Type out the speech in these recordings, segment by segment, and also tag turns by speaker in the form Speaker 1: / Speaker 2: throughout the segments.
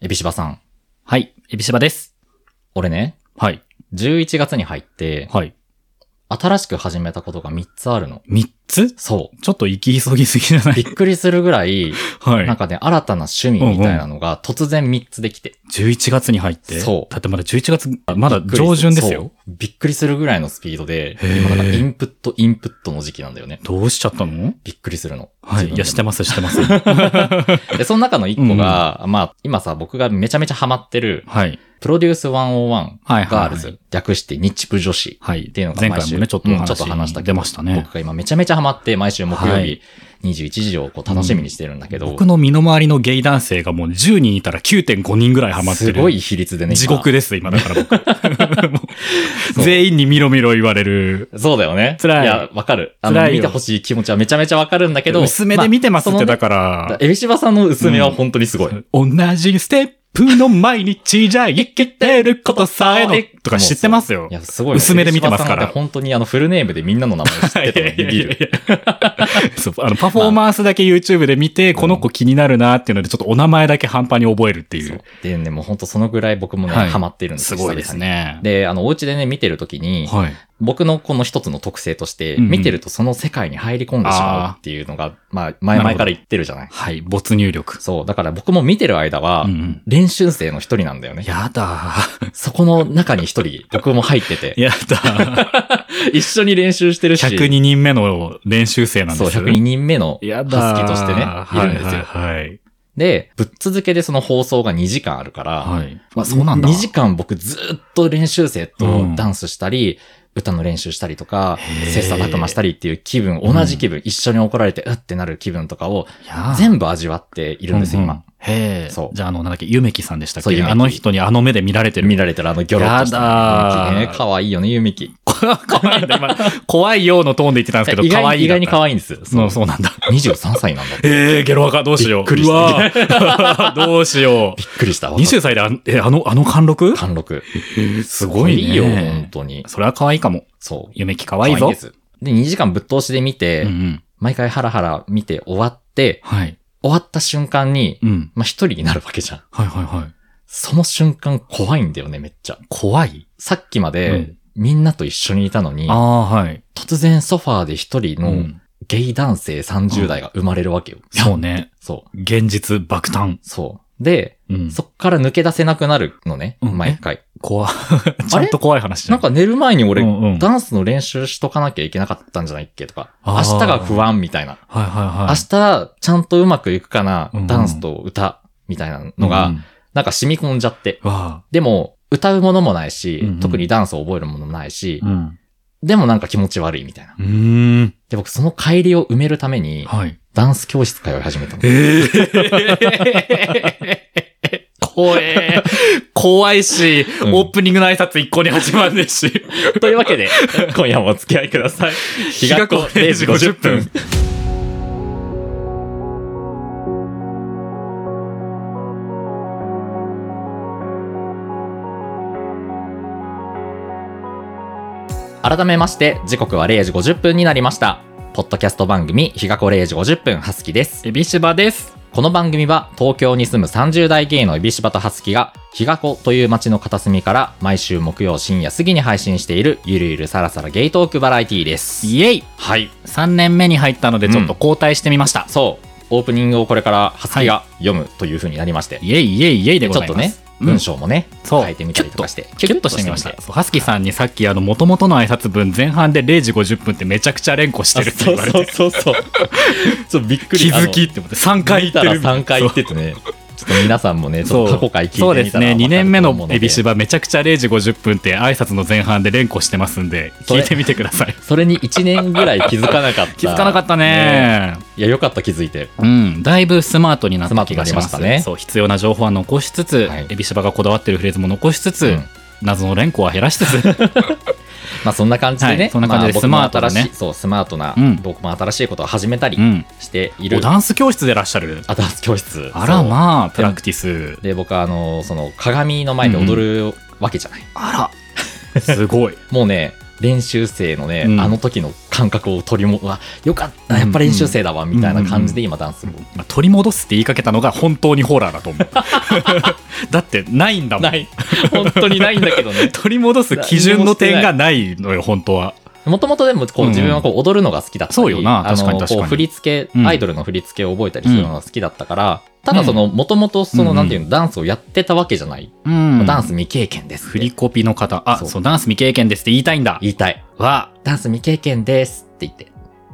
Speaker 1: エビシバさん。
Speaker 2: はい。エビシバです。
Speaker 1: 俺ね、
Speaker 2: はい。
Speaker 1: 11月に入って、
Speaker 2: はい。
Speaker 1: 新しく始めたことが3つあるの。
Speaker 2: 三つ
Speaker 1: そ
Speaker 2: ちょっと行き急ぎすぎじゃな
Speaker 1: う。び
Speaker 2: い
Speaker 1: っくりするぐらい、
Speaker 2: はい。
Speaker 1: なんかね、新たな趣味みたいなのが突然3つできて。
Speaker 2: 11月に入って。
Speaker 1: そう
Speaker 2: だってまだ11月、あまだ上旬ですよ。
Speaker 1: そう。びっくりするぐらいのスピードで、
Speaker 2: へー
Speaker 1: 今なんかインプット、インプットの時期なんだよね。
Speaker 2: どうしちゃったの
Speaker 1: びっくりするの。
Speaker 2: はい。いや、して
Speaker 1: ま
Speaker 2: ます、して ます。
Speaker 1: す。で、その中の1個が、まあ、今さ、僕がめちゃめちゃハマってる、
Speaker 2: はい。
Speaker 1: プロデュース101
Speaker 2: はい。
Speaker 1: ガールズ、略して日プ女子。
Speaker 2: はい。
Speaker 1: っていうのが
Speaker 2: 前
Speaker 1: 毎
Speaker 2: 回
Speaker 1: 週
Speaker 2: もね、ちょっと
Speaker 1: うん
Speaker 2: お話
Speaker 1: ちょっと話したけど
Speaker 2: 出ましたね
Speaker 1: 僕。が今めちゃめちゃハマって、毎週木曜
Speaker 2: は
Speaker 1: 日
Speaker 2: い
Speaker 1: 21時をこう楽しみにしてるんだけど、
Speaker 2: 僕の身の回りのゲイ男性がもう10人いたら9.5人ぐらいハマってる。
Speaker 1: すごい比率でね、今
Speaker 2: 地獄です、今だから 僕。も
Speaker 1: そう
Speaker 2: う全員にみろみろ言われる。
Speaker 1: そうだよね。
Speaker 2: 辛い
Speaker 1: や、わかる。あの、
Speaker 2: 辛い
Speaker 1: 見
Speaker 2: よ
Speaker 1: てほしい気持ちはめちゃめちゃわかるんだけど、
Speaker 2: 薄めで見てますって、だ
Speaker 1: だか
Speaker 2: から
Speaker 1: ら。。エビシバさんの薄めは本当にすごい。
Speaker 2: 同じステップの毎日じゃ生きてることさえのとか知ってますよ
Speaker 1: い。や、すごいよ。
Speaker 2: 薄めで見てますから
Speaker 1: エビシバさんなんて本当にあの、フルネームでみんなの名前知ってたのにビ ビる。
Speaker 2: そう、あの、パフォーマンスだけ YouTube で見て、この子気になるなっていうので、ちょっとお名前だけ半端に覚えるってい
Speaker 1: そう
Speaker 2: う。
Speaker 1: でね、もう本当そのぐらい僕もね、
Speaker 2: はい
Speaker 1: ハマってるんです
Speaker 2: す
Speaker 1: よ
Speaker 2: ごいです。
Speaker 1: 久
Speaker 2: ね
Speaker 1: 々に。で、あの、お家でね、見てるときに、
Speaker 2: はい。
Speaker 1: 僕のこの一つの特性として、
Speaker 2: うんうん
Speaker 1: 見てるとその世界に入り込んでしまうっていうのが、まあ、前々から言ってるじゃない。
Speaker 2: はい、没入力。
Speaker 1: そう。だから僕も見てる間は、
Speaker 2: うんうん
Speaker 1: 練習生の一人なんだよね。
Speaker 2: やだ
Speaker 1: そこの中に一人、僕も入ってて、
Speaker 2: やだ
Speaker 1: 一緒に練習してるし、
Speaker 2: 102人目の練習生なん
Speaker 1: そ
Speaker 2: で
Speaker 1: う、
Speaker 2: すよ。
Speaker 1: 102人目の
Speaker 2: や
Speaker 1: ハ
Speaker 2: だ
Speaker 1: スキーとしてね、いるんですよ。
Speaker 2: はいはい
Speaker 1: で、ぶっ続けでその放送が2時間あるから、
Speaker 2: はい。はい。まあ、そうなんだ。
Speaker 1: 2時間僕ずっと練習生
Speaker 2: う
Speaker 1: と
Speaker 2: ん
Speaker 1: ダンスしたり、歌の練習したりとか
Speaker 2: へ、ー
Speaker 1: 切磋琢磨したりっていう気分、同じ気分、一緒に怒られて、うってなる気分とかを
Speaker 2: やー
Speaker 1: 全部味わっているんですよ、
Speaker 2: うんう
Speaker 1: 今
Speaker 2: ん。へえ。
Speaker 1: そう
Speaker 2: じゃあ、あの、なんだっけ、ゆめきさんでしたっ
Speaker 1: そうゆ
Speaker 2: け
Speaker 1: めき
Speaker 2: あの人にあの目で見られてる。
Speaker 1: 見られたらあのギョロッとした
Speaker 2: やだー
Speaker 1: ね。可愛いよね、ゆみき。
Speaker 2: 怖いんだ、今。怖いようのトーンで言ってたんですけ
Speaker 1: 意
Speaker 2: ど、可
Speaker 1: 外
Speaker 2: 愛
Speaker 1: に
Speaker 2: い
Speaker 1: 意外に可
Speaker 2: い
Speaker 1: 愛いんですよ。
Speaker 2: そう
Speaker 1: う。
Speaker 2: そうなんだ。
Speaker 1: 23歳なんだ。びっ
Speaker 2: えー、ゲロ赤どうしよ
Speaker 1: び
Speaker 2: う。
Speaker 1: っくりした
Speaker 2: うわーどうしよ う。
Speaker 1: くりした。
Speaker 2: 20歳であん、え、あの、あの貫禄
Speaker 1: 貫禄。
Speaker 2: すごいね。
Speaker 1: いいよ、本当に。
Speaker 2: それは可愛いかも。
Speaker 1: そう。
Speaker 2: 夢き可愛い
Speaker 1: 可
Speaker 2: ぞ。
Speaker 1: です。で、2時間ぶっ通しで見て、
Speaker 2: うんうん。
Speaker 1: 毎回ハラハラ見て終わって、
Speaker 2: はい。
Speaker 1: 終わった瞬間に、
Speaker 2: うん。
Speaker 1: まあ、一人になるわけじゃん。
Speaker 2: はいはいはい。
Speaker 1: その瞬間怖いんだよね、めっちゃ。
Speaker 2: 怖い
Speaker 1: さっきまで、
Speaker 2: うん
Speaker 1: みんなと一緒にいたのに
Speaker 2: あ、あ、はい。
Speaker 1: 突然ソファーで一人
Speaker 2: う
Speaker 1: の
Speaker 2: ん
Speaker 1: ゲイ男性30代が生まれるわけよ。
Speaker 2: そうね。
Speaker 1: そう。
Speaker 2: 現実爆誕。
Speaker 1: そう。で、
Speaker 2: うん
Speaker 1: そっから抜け出せなくなるのね、
Speaker 2: うん
Speaker 1: 毎回。
Speaker 2: 怖ちゃんと怖い話じゃ
Speaker 1: なん
Speaker 2: ん。
Speaker 1: か寝る前に俺、
Speaker 2: うんうん
Speaker 1: ダンスの練習しとかなきゃいけなかったんじゃないっけとか、明
Speaker 2: あー
Speaker 1: 日が不安みたいな。
Speaker 2: はいはいはい。
Speaker 1: 明日、ちゃんとうまくいくかな、
Speaker 2: うんうん
Speaker 1: ダンスと歌、みたいなの
Speaker 2: う
Speaker 1: が
Speaker 2: ん、
Speaker 1: なんか染み込んじゃって。
Speaker 2: わ
Speaker 1: でも、歌うものもないし、
Speaker 2: うんうん
Speaker 1: 特にダンスを覚えるものもないし
Speaker 2: あ。、ん。
Speaker 1: でもなんか気持ち悪いみたいな。
Speaker 2: うーん。
Speaker 1: で、僕その帰りを埋めるために、
Speaker 2: はい。
Speaker 1: ダンス教室通い始めたの。
Speaker 2: ええ 怖え。怖いし、
Speaker 1: うん
Speaker 2: オープニングの挨拶一向に始まんねえし。
Speaker 1: というわけで、 今夜もお付き合いください。日が子0時50分。。改めまして、時刻は0時50分になりました。ポッドキャスト番組、日が子0時50分、はすきです。
Speaker 2: エビシバです。
Speaker 1: この番組は東京に住む30代芸のエビシバとハスキが日が子という街の片隅から毎週木曜深夜過ぎに配信しているゆるゆるさらさらゲイトークバラエティーです。
Speaker 2: イエイ
Speaker 1: はい。
Speaker 2: !3 年目に入ったので、ちょっと交代してみました。
Speaker 1: そう。オープニングをこれからハスキが読むという風になりまして。
Speaker 2: イエイイエイイエイ
Speaker 1: で
Speaker 2: でご
Speaker 1: ちょ
Speaker 2: ざ
Speaker 1: っ
Speaker 2: い
Speaker 1: と
Speaker 2: ま
Speaker 1: ね
Speaker 2: す。、
Speaker 1: 文章もね、
Speaker 2: そう
Speaker 1: 変えてみたりとかして。
Speaker 2: キュッとしてみました
Speaker 1: キュッ。と
Speaker 2: そうハスキーさんにさっき、あの、元々の挨拶文前半で0時50分ってめちゃくちゃ連呼してるって言われ
Speaker 1: あ
Speaker 2: て、
Speaker 1: そうそう そうそう。ちょっとびっくり
Speaker 2: 気づきって思って、3
Speaker 1: あの見
Speaker 2: 回言って
Speaker 1: たら
Speaker 2: る。
Speaker 1: 3回言っててね。ちょっと皆さんもね、ちょっと過去回聞いてみたら
Speaker 2: そうですね
Speaker 1: わかる
Speaker 2: 2年目
Speaker 1: と思
Speaker 2: の
Speaker 1: うで
Speaker 2: エビシバめちゃくちゃ0時50分って挨拶の前半で連呼してますんで
Speaker 1: それ
Speaker 2: 聞いてみてください。
Speaker 1: それに1年ぐらい気づかなかった
Speaker 2: 気づかなかったね
Speaker 1: いや、よかった、気づいて。
Speaker 2: うんだいぶスマートになった気がしま
Speaker 1: スマート
Speaker 2: す
Speaker 1: になりましたね
Speaker 2: そう必要な情報は残しつつ、
Speaker 1: はい
Speaker 2: エビシバがこだわってるフレーズも残しつつ、
Speaker 1: うん
Speaker 2: 謎の連呼は減らしつつ
Speaker 1: まあ、そんな感じでね、
Speaker 2: はいそんな感じで
Speaker 1: まあ僕も
Speaker 2: スマートなね
Speaker 1: 新しいそう、スマートな、
Speaker 2: うん
Speaker 1: 僕も新しいことを始めたり
Speaker 2: うん
Speaker 1: している、
Speaker 2: おダンス教室でいらっしゃる
Speaker 1: あダンス教室。
Speaker 2: あら
Speaker 1: あ。
Speaker 2: まあプラクティス
Speaker 1: で、僕は、あの、その、鏡の前で踊るわけじゃない。
Speaker 2: あらすごい
Speaker 1: もうね、練習生のね、
Speaker 2: うん
Speaker 1: あの時の感覚を取りも、うわ、よかった、やっぱ練習生だわ、みたいな感じで今ダンスを。
Speaker 2: まあ取り戻すって言いかけたのが本当にホラーだと思うだってないんだもん
Speaker 1: ない。 本当にないんだけどね。
Speaker 2: 取り戻す基準の点がないのよ本当は
Speaker 1: もともとでもこう
Speaker 2: うん
Speaker 1: 自分はこう踊るのが好きだったり、
Speaker 2: そうよな
Speaker 1: あの
Speaker 2: 確かに確かに
Speaker 1: こう振り付
Speaker 2: う
Speaker 1: け、
Speaker 2: ん
Speaker 1: アイドルの振り付けを覚えたりするのが好きだったから、ただその、もともとそ
Speaker 2: うんう
Speaker 1: の、
Speaker 2: ん
Speaker 1: なんていうの、ダンスをやってたわけじゃない。
Speaker 2: うん
Speaker 1: ダンス未経験です。
Speaker 2: 振りコピの方あ
Speaker 1: そ
Speaker 2: そううダンス未経験ですって言いたいんだ
Speaker 1: 言いたい。
Speaker 2: は
Speaker 1: ダンス未経験ですって言って。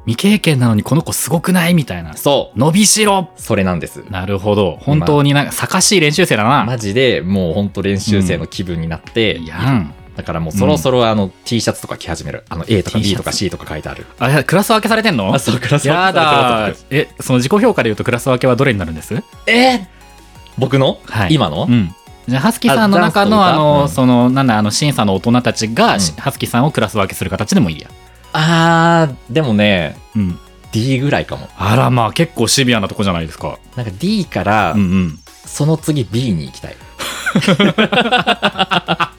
Speaker 2: 未経験なのにこの子すごくないみたいな
Speaker 1: そ
Speaker 2: 伸びしろ
Speaker 1: う。それなんです。
Speaker 2: なるほど本当になんか坂しい練習生だな、
Speaker 1: マジでもう本当練習生の気分になって、
Speaker 2: やん
Speaker 1: だからもうそろそろあの T シャツとか着始める。あの A とか B とか C とか書いてある。
Speaker 2: あれクラス分けされてんの
Speaker 1: あ、そう、クラス分け
Speaker 2: や
Speaker 1: さ
Speaker 2: だ
Speaker 1: れてる
Speaker 2: えその自己評価で言うとクラス分けはどれになるんです
Speaker 1: えー僕の、
Speaker 2: はい
Speaker 1: 今の
Speaker 2: うんじゃあ、ハスキさんの中
Speaker 1: あ
Speaker 2: の、
Speaker 1: ダン
Speaker 2: あ
Speaker 1: スと歌う
Speaker 2: の、
Speaker 1: ん
Speaker 2: その、なんだ、あの、審査の大人たちが、
Speaker 1: うん
Speaker 2: しハスキさんをクラス分けする形でもいいや。
Speaker 1: あー、でもね、
Speaker 2: うん。
Speaker 1: D ぐらいかも。
Speaker 2: あら、まあ、結構シビアなとこじゃないですか。
Speaker 1: なんか D から
Speaker 2: うん、うん。
Speaker 1: その次 B に行きたい。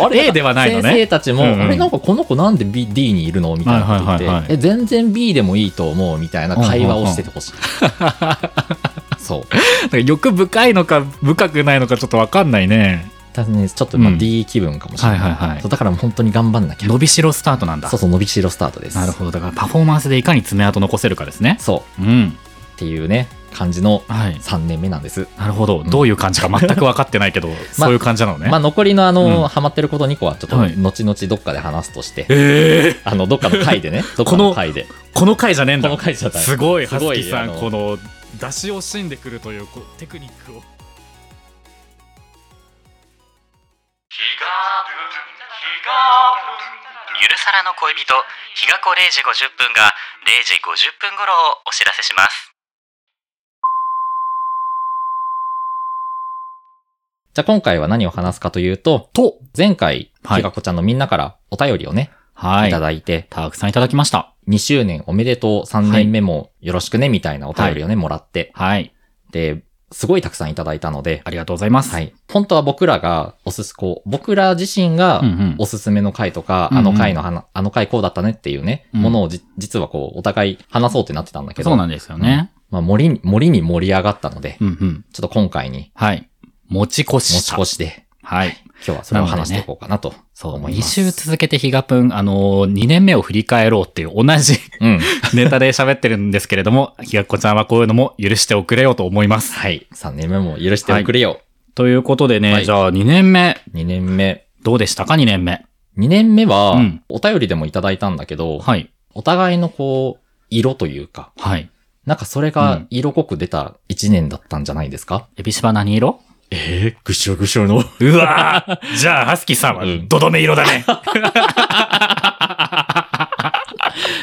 Speaker 1: あ
Speaker 2: A ではないのね
Speaker 1: 先生たちも、
Speaker 2: うんうん
Speaker 1: あれなんかこの子なんで B D にいるのみたいなこと言って、
Speaker 2: はいはいはいはい
Speaker 1: え全然 B でもいいと思うみたいな会話をしててほし い。そう。
Speaker 2: なんか欲深いのか、深くないのか、ちょっとわかんないね。
Speaker 1: ただね、ちょっとま
Speaker 2: う
Speaker 1: あ
Speaker 2: ん
Speaker 1: D 気分かもしれない。
Speaker 2: はいはいはい
Speaker 1: そうだからもう本当に頑張んなきゃ。
Speaker 2: 伸びしろスタートなんだ。
Speaker 1: そうそう、伸びしろスタートです。
Speaker 2: なるほど。だから、パフォーマンスでいかに爪痕残せるかですね。
Speaker 1: そう。
Speaker 2: うん。
Speaker 1: っていうね、感じの
Speaker 2: はい。
Speaker 1: 3年目なんです。
Speaker 2: なるほど。
Speaker 1: ん
Speaker 2: どういう感じか全く分かってないけ ど、そういう感じなのね。
Speaker 1: まあ残りのあの、
Speaker 2: うん
Speaker 1: ハマってること2個はちょっと
Speaker 2: はい
Speaker 1: 後々どっかで話すとして、
Speaker 2: ええ
Speaker 1: あの、どっかの回で ね、どっかの回で。
Speaker 2: この回じゃねえんだ。
Speaker 1: この回じゃない
Speaker 2: すごい、
Speaker 1: す
Speaker 2: ハ
Speaker 1: ご
Speaker 2: ス
Speaker 1: い
Speaker 2: キさ
Speaker 1: あ
Speaker 2: ん、
Speaker 1: の
Speaker 2: この、出し惜しんでくるという、こうテクニックを。
Speaker 3: ゆるさらの恋人日が子0時50分が0時50分頃をお知らせします
Speaker 1: じゃあ今回は何を話すかというと、
Speaker 2: と、
Speaker 1: 前回、
Speaker 2: はい
Speaker 1: ひがこちゃんのみんなからお便りをね、、
Speaker 2: はいい
Speaker 1: た。だいて、
Speaker 2: たくさんいただきました。
Speaker 1: 2周年おめでとう、3年目もよろしくね、みたいなお便りをね、もらって、
Speaker 2: はい。
Speaker 1: で、すごいたくさんいただいたので、
Speaker 2: ありがとうございます。
Speaker 1: はい。本当は僕らが、おすす、こう、僕ら自身が
Speaker 2: うんうん
Speaker 1: おすすめの回とか、
Speaker 2: うんう
Speaker 1: あ
Speaker 2: ん
Speaker 1: の回の話、あの回こうだったねっていうね、
Speaker 2: うん
Speaker 1: ものをじ、実はこう、お互い話そうってなってたんだけど、
Speaker 2: そうなんですよね。
Speaker 1: まあ、森に、森に盛り上がったので、
Speaker 2: うんうん。
Speaker 1: ちょっと今回に
Speaker 2: はい。持ち越し
Speaker 1: 持
Speaker 2: し
Speaker 1: ち
Speaker 2: た。
Speaker 1: 越して、
Speaker 2: はい。
Speaker 1: 今日はそれを話していこうかなと
Speaker 2: そう、
Speaker 1: 思い
Speaker 2: 2
Speaker 1: ます。
Speaker 2: 週続けてヒガプン、あのー、2年目を振り返ろうっていう同じ
Speaker 1: うん。
Speaker 2: ネタで喋ってるんですけれども、 ヒガっこちゃんはこういうのも許しておくれよと思います。
Speaker 1: はい。3年目も許しておくれよ。
Speaker 2: ということでね、
Speaker 1: はい
Speaker 2: じゃあ2年目、
Speaker 1: 2年目。
Speaker 2: どうでしたか ?2 年目。
Speaker 1: 2年目は
Speaker 2: うん、
Speaker 1: お便りでもいただいたんだけど、
Speaker 2: はい。
Speaker 1: お互いのこう、色というか、
Speaker 2: はい。
Speaker 1: なんかそれが色濃く出た1年だったんじゃないですか、
Speaker 2: エビシバ何色
Speaker 1: ええぐしょぐしょの。
Speaker 2: うわ ーじゃあ、ハスキーさんは
Speaker 1: うん、
Speaker 2: ドドメ色だ ね。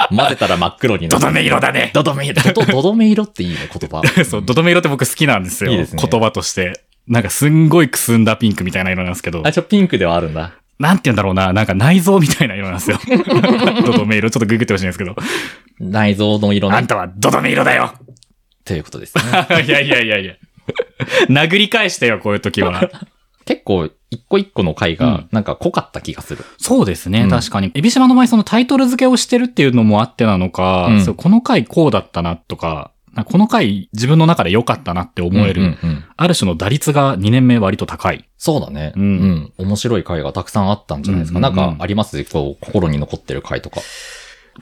Speaker 1: 混ぜたら真っ黒にな
Speaker 2: ド
Speaker 1: る。
Speaker 2: ドメ色だね。
Speaker 1: どどめ色。 どどどどめ色っていいね、言 葉。
Speaker 2: そう、ドドメ色って僕好きなんですよ。
Speaker 1: いいですね
Speaker 2: 言葉として。なんかすんごいくすんだピンクみたいな色なんですけど
Speaker 1: あ、、ちょ、ピンクではあるんだ。
Speaker 2: なんて言うんだろうな、なんか内臓みたいな色なん ですよ。ドドメ色、ちょっとググってほしいんですけど。
Speaker 1: 内臓の色
Speaker 2: あ
Speaker 1: ね
Speaker 2: ん。たはドドメ色だよ
Speaker 1: ということですね。
Speaker 2: いやいやいやいや。殴り返してよ、こういう時は。
Speaker 1: 結構、一個一個の回
Speaker 2: う
Speaker 1: が
Speaker 2: ん、
Speaker 1: なんか濃かった気がする。
Speaker 2: そうですね、
Speaker 1: うん
Speaker 2: 確かに。エビシバの前そのタイトル付けをしてるっていうのもあってなのか、
Speaker 1: うん
Speaker 2: そうこの回こうだったなとか、なんかこの回自分の中で良かったなって思える、
Speaker 1: うんうんうん
Speaker 2: ある種の打率が2年目割と高い。
Speaker 1: そうだね。う
Speaker 2: うんん。
Speaker 1: 面白い回がたくさんあったんじゃないですか。
Speaker 2: うんうんうん
Speaker 1: なんかありますこう、心に残ってる回とか。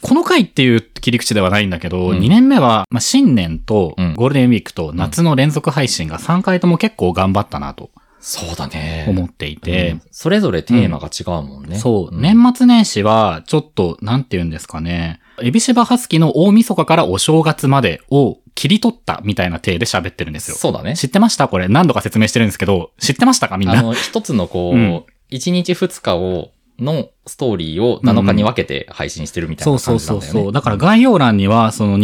Speaker 2: この回っていう切り口ではないんだけど、
Speaker 1: うん
Speaker 2: 2年目は、まあ、新年と
Speaker 1: うん
Speaker 2: ゴールデンウィークと夏の連続配信が3回とも結構頑張ったなと
Speaker 1: そうだね
Speaker 2: 思っていて、
Speaker 1: うんそれぞれテーマが違うもんね。
Speaker 2: そう、
Speaker 1: ん
Speaker 2: 年末年始はちょっと、なんて言うんですかね、エビシバハスキの大晦日からお正月までを切り取ったみたいな体で喋ってるんですよ。
Speaker 1: そうだね。
Speaker 2: 知ってましたこれ何度か説明してるんですけど、知ってましたかみん
Speaker 1: あ
Speaker 2: な。
Speaker 1: の、一つのこ
Speaker 2: うん
Speaker 1: う、一、日二日を、のストーリーを7日に分けて配信してるみたい
Speaker 2: そう
Speaker 1: な
Speaker 2: そ
Speaker 1: 感
Speaker 2: う
Speaker 1: じな
Speaker 2: そ
Speaker 1: ん
Speaker 2: う
Speaker 1: だよね。
Speaker 2: そう。だから概要欄には、その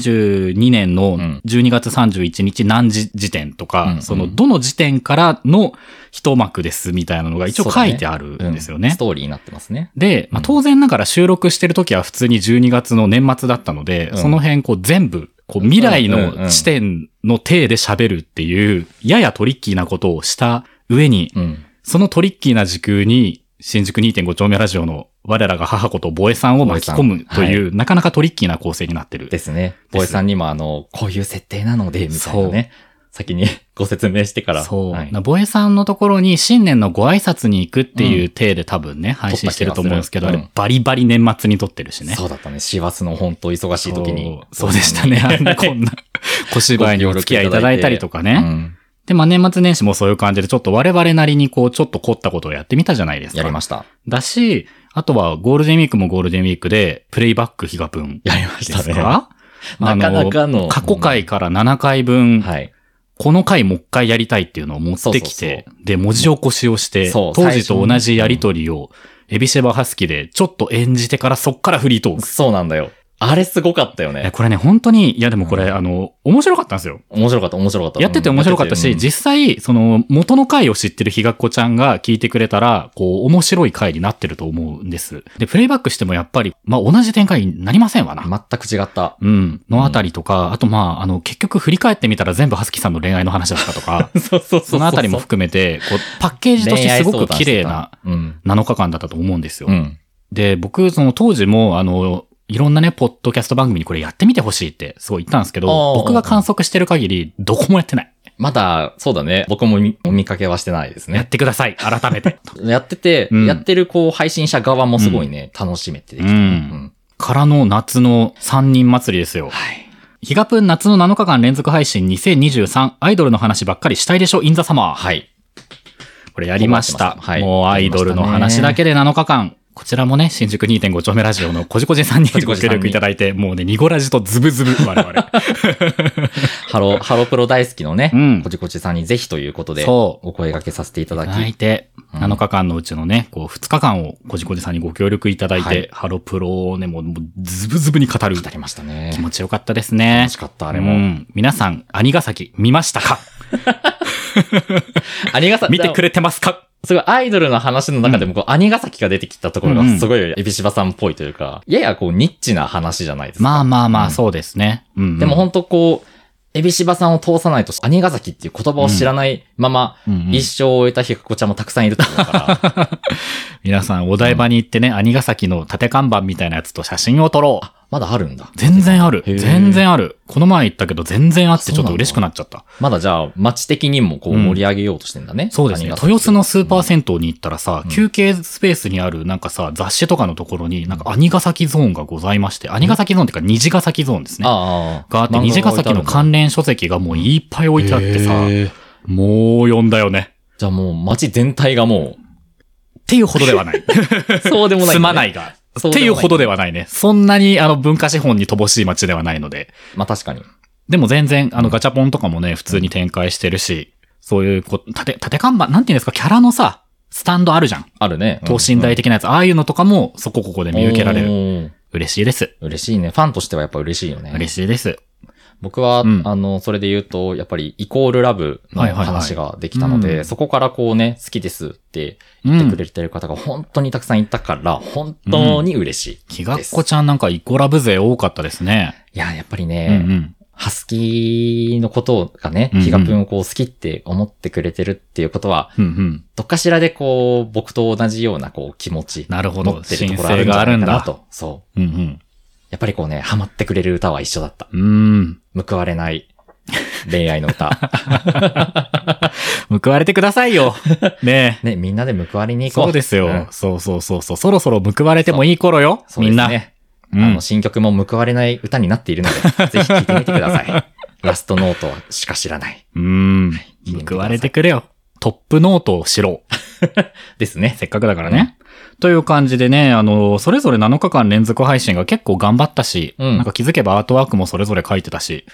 Speaker 2: 2022年の
Speaker 1: ん
Speaker 2: 12月31日何時時点とか、
Speaker 1: うんうん
Speaker 2: そのどの時点からの一幕ですみたいなのが一応書いてある
Speaker 1: うん
Speaker 2: んですよね。
Speaker 1: ストーリーになってますね。
Speaker 2: で、ま
Speaker 1: う
Speaker 2: あ、
Speaker 1: ん
Speaker 2: 当然ながら収録してる時は普通に12月の年末だったので、
Speaker 1: うん
Speaker 2: その辺こう全部、こう未来の地点の体で喋るっていう、ややトリッキーなことをした上に、
Speaker 1: うん。
Speaker 2: そのトリッキーな時空に、新宿2.5丁目ラジオの我らが母子とボエさんを巻き込むという、なかなかトリッキーな構成になってる。
Speaker 1: ですね。ボイさんにもあの、こういう設定なので、みたいなね。先に ご説明してから。
Speaker 2: そう。
Speaker 1: はい
Speaker 2: なボエさんのところに新年のご挨拶に行くっていう体で多分ね、配信してると思うんですけ
Speaker 1: 撮
Speaker 2: ど、あ
Speaker 1: った気がする
Speaker 2: れバリバリ年末に撮ってるしね。
Speaker 1: そうだったね。師走の本当忙しい時に。
Speaker 2: そうそうでした ね。あんな こんな小芝居にお付き合いいただいたりとか
Speaker 1: う
Speaker 2: ね。
Speaker 1: ん。
Speaker 2: で、まあ年末年始もそういう感じで、ちょっと我々なりにこう、ちょっと凝ったことをやってみたじゃないですか。
Speaker 1: やりました。
Speaker 2: だし、あとはゴールデンウィークもゴールデンウィークで、プレイバック比嘉分
Speaker 1: やりま
Speaker 2: で
Speaker 1: し
Speaker 2: す
Speaker 1: たね。
Speaker 2: か、あ
Speaker 1: なかなかの。
Speaker 2: 過去回から7回分、
Speaker 1: はい。
Speaker 2: この回もう一回やりたいっていうのを持ってきて、で、文字起こしをして、
Speaker 1: そ
Speaker 2: 当
Speaker 1: う
Speaker 2: 時と同じやりとりを、エビシェバハスキでちょっと演じてからそっからフリートーク。
Speaker 1: そうなんだよ。あれすごかったよ
Speaker 2: え
Speaker 1: ね。
Speaker 2: これね、本当に、いやでもこれ、
Speaker 1: うん
Speaker 2: あの、面白かったんですよ。
Speaker 1: 面白かった、面白かった。
Speaker 2: やってて面白かったし、
Speaker 1: うん
Speaker 2: 実際、その、元の回を知ってるひがっこちゃんが聞いてくれたら、こう、面白い回になってると思うんです。で、プレイバックしてもやっぱり、まあ、同じ展開になりませんわな。
Speaker 1: 全く違った。
Speaker 2: うん。のあたりとか、あとまあ、あの、結局振り返ってみたら全部ハスキさんの恋愛の話だったとか、
Speaker 1: そうそうそう
Speaker 2: そのあたりも含めて、こう、パッケージとしてすごく綺麗な。
Speaker 1: うん。
Speaker 2: 7日間だったと思うんですよ。
Speaker 1: うん。
Speaker 2: で、僕、その当時も、あの、いろんなね、ポッドキャスト番組にこれやってみてほしいってすごい言ったんですけど
Speaker 1: あ、ー
Speaker 2: 僕が観測してる限り、どこもやってない。
Speaker 1: まだ、そうだね。僕も見お見かけはしてないです
Speaker 2: やっ
Speaker 1: ね。
Speaker 2: てください、改めて。
Speaker 1: やってて、
Speaker 2: うん
Speaker 1: やってるこう配信者側もすごいね、楽しめてできた。
Speaker 2: うん
Speaker 1: うん
Speaker 2: からの夏の3人祭りですよ。
Speaker 1: はい。
Speaker 2: ヒガプン夏の7日間連続配信2023アイドルの話ばっかりしたいでしょ、インザサマー。
Speaker 1: はい。
Speaker 2: これやりまし
Speaker 1: 僕はやっ
Speaker 2: た。
Speaker 1: てましたはい
Speaker 2: もうアイドルの話だけで7日間。こちらもね、新宿2.5丁目ラジオのこじこじさんに
Speaker 1: こじこ
Speaker 2: ご
Speaker 1: じさ
Speaker 2: 協
Speaker 1: んに
Speaker 2: 力いただいて、もうね、ニゴラジとズブズブ、我々。
Speaker 1: ハロ、ハロプロ大好きのね、
Speaker 2: うん
Speaker 1: こちこちさんにぜひということで、
Speaker 2: そう
Speaker 1: お声掛けさせていただき、
Speaker 2: いただいて、
Speaker 1: うん
Speaker 2: 7日間のうちのね、こう、2日間をこじこじさんにご協力いただいて、
Speaker 1: はい
Speaker 2: ハロプロをね、もう、もうズブズブに語る。
Speaker 1: 語りましたね
Speaker 2: 気。持ちよかったですね
Speaker 1: 楽し。かった、
Speaker 2: あ
Speaker 1: あ
Speaker 2: れ
Speaker 1: れ
Speaker 2: も、う
Speaker 1: も。
Speaker 2: ん皆さん、兄ヶ崎見ましたか
Speaker 1: 兄ヶ崎、
Speaker 2: 見てく
Speaker 1: れ。
Speaker 2: れてますか
Speaker 1: すごい、アイドルの話の中でも、こう、兄ヶ崎が出てきたところ
Speaker 2: うんう
Speaker 1: が、
Speaker 2: ん
Speaker 1: すごい、エビシバさんっぽいというか、ややこう、ニッチな話じゃないですか。
Speaker 2: まあまあま
Speaker 1: う
Speaker 2: あ、
Speaker 1: ん
Speaker 2: そうですね。うんうん
Speaker 1: でも本当こう、エビシバさんを通さないと、兄ヶ崎っていう言葉を知らないまま、
Speaker 2: うんうん
Speaker 1: 一生を終えたヒカコちゃんもたくさんいると思う から、
Speaker 2: 皆さん、お台場に行ってね、兄ヶ崎の縦看板みたいなやつと写真を撮ろう。
Speaker 1: まだあるんだ。
Speaker 2: 全然ある。
Speaker 1: へー
Speaker 2: 全然ある。この前行ったけど、全然あって、ちょっと嬉しくなっちゃった。
Speaker 1: まだじゃあ、街的にもこう、
Speaker 2: うん
Speaker 1: 盛り上げようとしてんだね。
Speaker 2: そうですね。
Speaker 1: 兄ヶ崎
Speaker 2: 豊洲のスーパー銭湯に行ったらさ、
Speaker 1: うん
Speaker 2: 休憩スペースにあるなんかさ、雑誌とかのところに、なんか兄ヶ崎ゾーンがございまして、兄ヶ崎ゾーンっていうか虹ヶ崎ゾーンですね。
Speaker 1: ああ。
Speaker 2: があって、虹ヶ崎の関連書籍がもういっぱい置いてあってさ、もう読んだよね。
Speaker 1: じゃあもう街全体がも
Speaker 2: っていうほどではない。
Speaker 1: う、そう でもない、。
Speaker 2: すまないいが。
Speaker 1: そ
Speaker 2: っ
Speaker 1: う
Speaker 2: て
Speaker 1: でもない
Speaker 2: いうほどではないね。そんなにあの文化資本に乏しい街ではないので。
Speaker 1: まあ確かに。
Speaker 2: でも全然、あの、ガチャポンとかもね、普通に展開してるし、そういうこ、縦、縦看板、なんていうんですか、キャラのさ、スタンドあるじゃん。
Speaker 1: あるね。
Speaker 2: 等身大的なやつ、ああいうのとかも、そこここで
Speaker 1: うん
Speaker 2: 見受けられ
Speaker 1: お
Speaker 2: る。
Speaker 1: ー
Speaker 2: 嬉しいです。
Speaker 1: 嬉しいね。ファンとしてはやっぱ嬉しいよね。
Speaker 2: 嬉しいです。
Speaker 1: 僕は、
Speaker 2: うん
Speaker 1: あの、それで言うと、やっぱりイコールラブの
Speaker 2: はいはいはい
Speaker 1: 話ができたので、
Speaker 2: うん
Speaker 1: そこからこうね、好きですって
Speaker 2: う
Speaker 1: 言ってくれ
Speaker 2: ん。
Speaker 1: てる方が本当にたくさんいたから、本当に嬉しいです。
Speaker 2: きがっこちゃんなんかイコラブ勢多かったですね。
Speaker 1: いや、やっぱり
Speaker 2: うんう
Speaker 1: ね、
Speaker 2: ん。
Speaker 1: ハスキーのことがね、
Speaker 2: うんうん
Speaker 1: ヒガプンをこう好きって思ってくれてるっていうことは、
Speaker 2: うんうん。
Speaker 1: どっかしらでこう、僕と同じようなこう気持ち。
Speaker 2: なるほ
Speaker 1: 持
Speaker 2: ど。
Speaker 1: ってる
Speaker 2: 申
Speaker 1: ところある
Speaker 2: 請
Speaker 1: んじ
Speaker 2: があ
Speaker 1: ゃない
Speaker 2: るん
Speaker 1: かな
Speaker 2: だ。
Speaker 1: と。そう。
Speaker 2: うん
Speaker 1: やっぱりこうね、ハマってくれる歌は一緒だった。
Speaker 2: うん。うん。
Speaker 1: 報われない恋愛の 歌。
Speaker 2: 報われてくださ いよ。ねえ。
Speaker 1: ね、みんなで報われに行こう。
Speaker 2: そうです
Speaker 1: う
Speaker 2: よ
Speaker 1: ん。
Speaker 2: そうそうそうそう。そろそろ報われてもいい頃よ。
Speaker 1: そう
Speaker 2: み
Speaker 1: です
Speaker 2: んな。
Speaker 1: ね。
Speaker 2: うん
Speaker 1: あの、新曲も報われない歌になっているの で、ぜひ聴いてみてください。ラストノートしか知らない。
Speaker 2: うーん。報われてくれよ。トップノートをしろ。
Speaker 1: ですね。
Speaker 2: せっかくだからね。という感じでね、あの、それぞれ7日間連続配信が結構頑張ったし、
Speaker 1: うん
Speaker 2: なんか気づけばアートワークもそれぞれ書いてたし、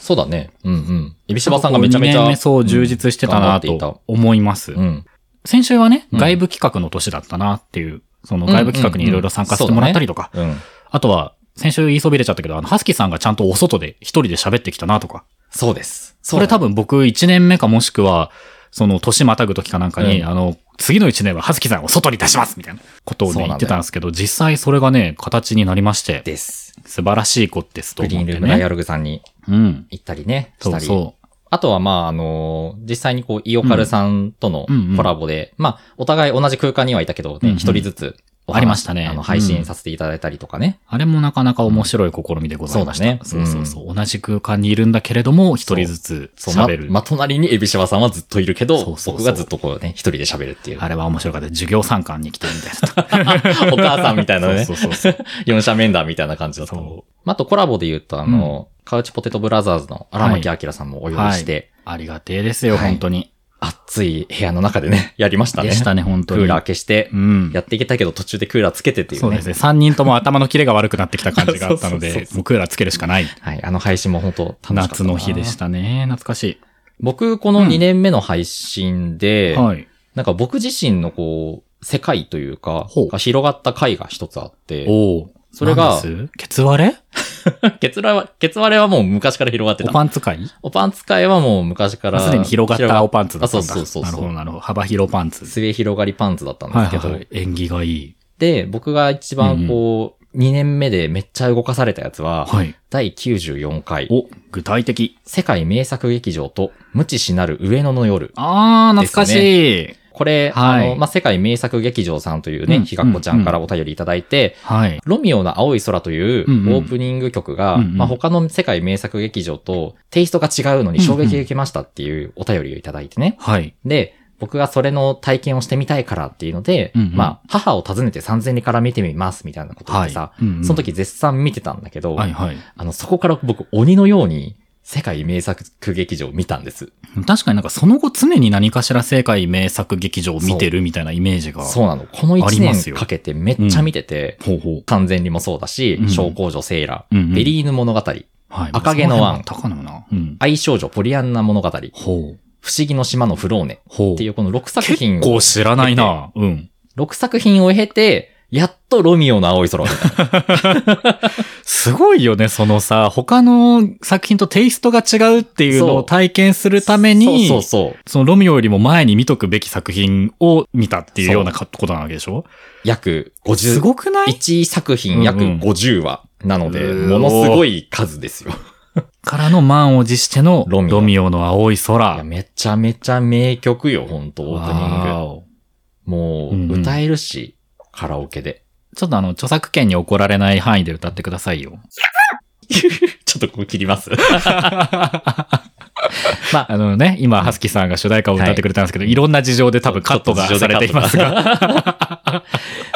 Speaker 1: そうだね。うんうん。エビシバさんがめちゃめち
Speaker 2: ここ2年目
Speaker 1: ゃ。
Speaker 2: そう充実してたなと思います。
Speaker 1: うん。うん
Speaker 2: 先週はね、
Speaker 1: うん
Speaker 2: 外部企画の年だったなっていう、その外部企画にいろいろ参加してもらったりとか、
Speaker 1: うん。
Speaker 2: あとは、先週言いそびれちゃったけど、あの、ハスキーさんがちゃんとお外で一人で喋ってきたなとか、
Speaker 1: そうです。
Speaker 2: それ多分僕1年目かもしくは、その年またぐ時かなんかに、
Speaker 1: うん
Speaker 2: あの、次の1年は葉月さんを外に出しますみたいなことを
Speaker 1: そう
Speaker 2: ね、
Speaker 1: なんだよ
Speaker 2: 言ってたんですけど、実際それがね、形になりまして、
Speaker 1: です。
Speaker 2: 素晴らしい子ですと
Speaker 1: グリ
Speaker 2: 思
Speaker 1: ー
Speaker 2: っ
Speaker 1: ンル
Speaker 2: て
Speaker 1: ームダイ
Speaker 2: ね
Speaker 1: ア。ログさんに
Speaker 2: うん。
Speaker 1: 行ったりね、し
Speaker 2: そ
Speaker 1: た
Speaker 2: う
Speaker 1: り。
Speaker 2: そう。
Speaker 1: あとは、まあ、あの、実際にこう、イオカルさんとの
Speaker 2: うんうんうん
Speaker 1: コラボで、まあ、お互い同じ空間にはいたけどね、
Speaker 2: うんうん
Speaker 1: 一、人ずつお話
Speaker 2: ありましたね
Speaker 1: あの、配信させていただいたりとかね。
Speaker 2: あれもなかなか面白い試みでございました。
Speaker 1: うんそ
Speaker 2: そうう
Speaker 1: だね
Speaker 2: そうそう同じ空間にいるんだけれども、一人ずつ
Speaker 1: そう、ま
Speaker 2: 喋、る。
Speaker 1: ま、隣にエビシバさんはずっといるけ
Speaker 2: そう
Speaker 1: ど
Speaker 2: そう、そう
Speaker 1: 僕がずっとこうね、一人で喋るっていう。
Speaker 2: あれは面白かった。授業参観に来てるみたい な。
Speaker 1: お母さんみたいなね
Speaker 2: そ、うそうそうそう。
Speaker 1: 四者面談みたいな感じだったの
Speaker 2: そう
Speaker 1: まああとコラボで言うと、あの、カウチポテトブラザーズの荒牧明さんもお用意して、
Speaker 2: ありがてえですよ、
Speaker 1: はい
Speaker 2: 本当に。
Speaker 1: 暑い部屋の中でね、やりましたね。
Speaker 2: でしたね、本
Speaker 1: ク
Speaker 2: 当に。
Speaker 1: ーラー消して
Speaker 2: う、ん。
Speaker 1: やっていけたけど途中でクーラーつけてってい
Speaker 2: そうう
Speaker 1: ね
Speaker 2: で。すね。三人とも頭のキレが悪くなってきた感じがあったの
Speaker 1: そうそうそう
Speaker 2: で、
Speaker 1: そう
Speaker 2: もうクーラーつけるしかない。
Speaker 1: はい、あの配信も本当楽しかった。
Speaker 2: 夏の日でし。たね。懐かし
Speaker 1: 僕、この2年目の配信
Speaker 2: い。
Speaker 1: で、
Speaker 2: はい。
Speaker 1: なんか僕自身のこう、世界というか
Speaker 2: ほう、
Speaker 1: が広がった回が一つあって、
Speaker 2: おお。
Speaker 1: それが
Speaker 2: 何です、ケツ割れ
Speaker 1: ケツラは、ケツ割れはもう昔から広がって
Speaker 2: お
Speaker 1: た。
Speaker 2: パンツ会
Speaker 1: おパンツ会はもう昔から。
Speaker 2: すでに広がったおパンツだったんだ。
Speaker 1: あそうそうそうそう
Speaker 2: なるほど、なるほど。幅広パンツ。
Speaker 1: 末広がりパンツだったんで
Speaker 2: はい
Speaker 1: すけ
Speaker 2: はい
Speaker 1: ど、
Speaker 2: はい。縁起がいい。
Speaker 1: で、僕が一番こう、2年目でめっちゃ動かされたやつは、
Speaker 2: はい。
Speaker 1: 第94回、
Speaker 2: お、具体的。
Speaker 1: 世界名作劇場と無知しなる上野の夜。
Speaker 2: あー、懐かしい。
Speaker 1: これ、
Speaker 2: はい
Speaker 1: あの、まあ、世界名作劇場さんというね、
Speaker 2: うん
Speaker 1: ひがっこちゃんからお便りいただいて、
Speaker 2: はい。
Speaker 1: ロミオの青い空という
Speaker 2: うんうん
Speaker 1: オープニング曲が、
Speaker 2: うんうん
Speaker 1: まあ、他の世界名作劇場とテイストが違うのに衝撃を受けましたっていうお便りをいただいてね。
Speaker 2: はい。
Speaker 1: で、僕がそれの体験をしてみたいからっていうので、
Speaker 2: うんうん
Speaker 1: まあ、母を訪ねて三千里から見てみますみたいなことでさ、
Speaker 2: はいうんうん
Speaker 1: その時絶賛見てたんだけど、
Speaker 2: はいはい。
Speaker 1: あの、そこから僕鬼のように世界名作劇場を見たんです。
Speaker 2: 確かになんかその後常に何かしら世界名作劇場を見てるみたいなイメージが。
Speaker 1: そうなの。この
Speaker 2: あ
Speaker 1: 一
Speaker 2: ります
Speaker 1: 年
Speaker 2: よ
Speaker 1: かけてめっちゃ見てて、
Speaker 2: ほうほう。
Speaker 1: 三千里もそうだし
Speaker 2: う、ん
Speaker 1: 小公女セイラ、
Speaker 2: うんうん
Speaker 1: ベリーヌ物語、
Speaker 2: はい。
Speaker 1: 赤毛のワン
Speaker 2: 高野な。うん。
Speaker 1: 愛少女ポリアンナ物語、
Speaker 2: ほう。
Speaker 1: 不思議の島のフローネ
Speaker 2: ほう。
Speaker 1: っていうこの6作品
Speaker 2: 結
Speaker 1: を、
Speaker 2: 構知らないな。うん。
Speaker 1: 6作品を経て、やっとロミオの青い空を見た。
Speaker 2: すごいよね、そのさ、他の作品とテイストが違うっていうの
Speaker 1: そ
Speaker 2: を
Speaker 1: う
Speaker 2: 体験するために、
Speaker 1: そうそうそう。
Speaker 2: そのロミオよりも前に見とくべき作品を見たっていうようなかことなわけでしょ
Speaker 1: 約
Speaker 2: す
Speaker 1: 50、
Speaker 2: ごくない
Speaker 1: 1作品約
Speaker 2: うんうん
Speaker 1: 50話なので、
Speaker 2: う
Speaker 1: も
Speaker 2: ー
Speaker 1: のすごい数ですよ。
Speaker 2: からの満を持しての
Speaker 1: ロ
Speaker 2: ロ
Speaker 1: ミ
Speaker 2: ミ
Speaker 1: オ
Speaker 2: オの青い
Speaker 1: いや、
Speaker 2: 空。
Speaker 1: めちゃめちゃ名曲よ、本当オープニング。
Speaker 2: わーお
Speaker 1: も
Speaker 2: うん
Speaker 1: う、
Speaker 2: うん
Speaker 1: 歌えるし、カラオケで。
Speaker 2: ちょっとあの、著作権に怒られない範囲で歌ってくださいよ。
Speaker 1: ちょっとここ切ります。
Speaker 2: あのね、今、ハスキーさんが主題歌を歌ってくれたんですけど、い、ろんな事情で多分カットがされていますが、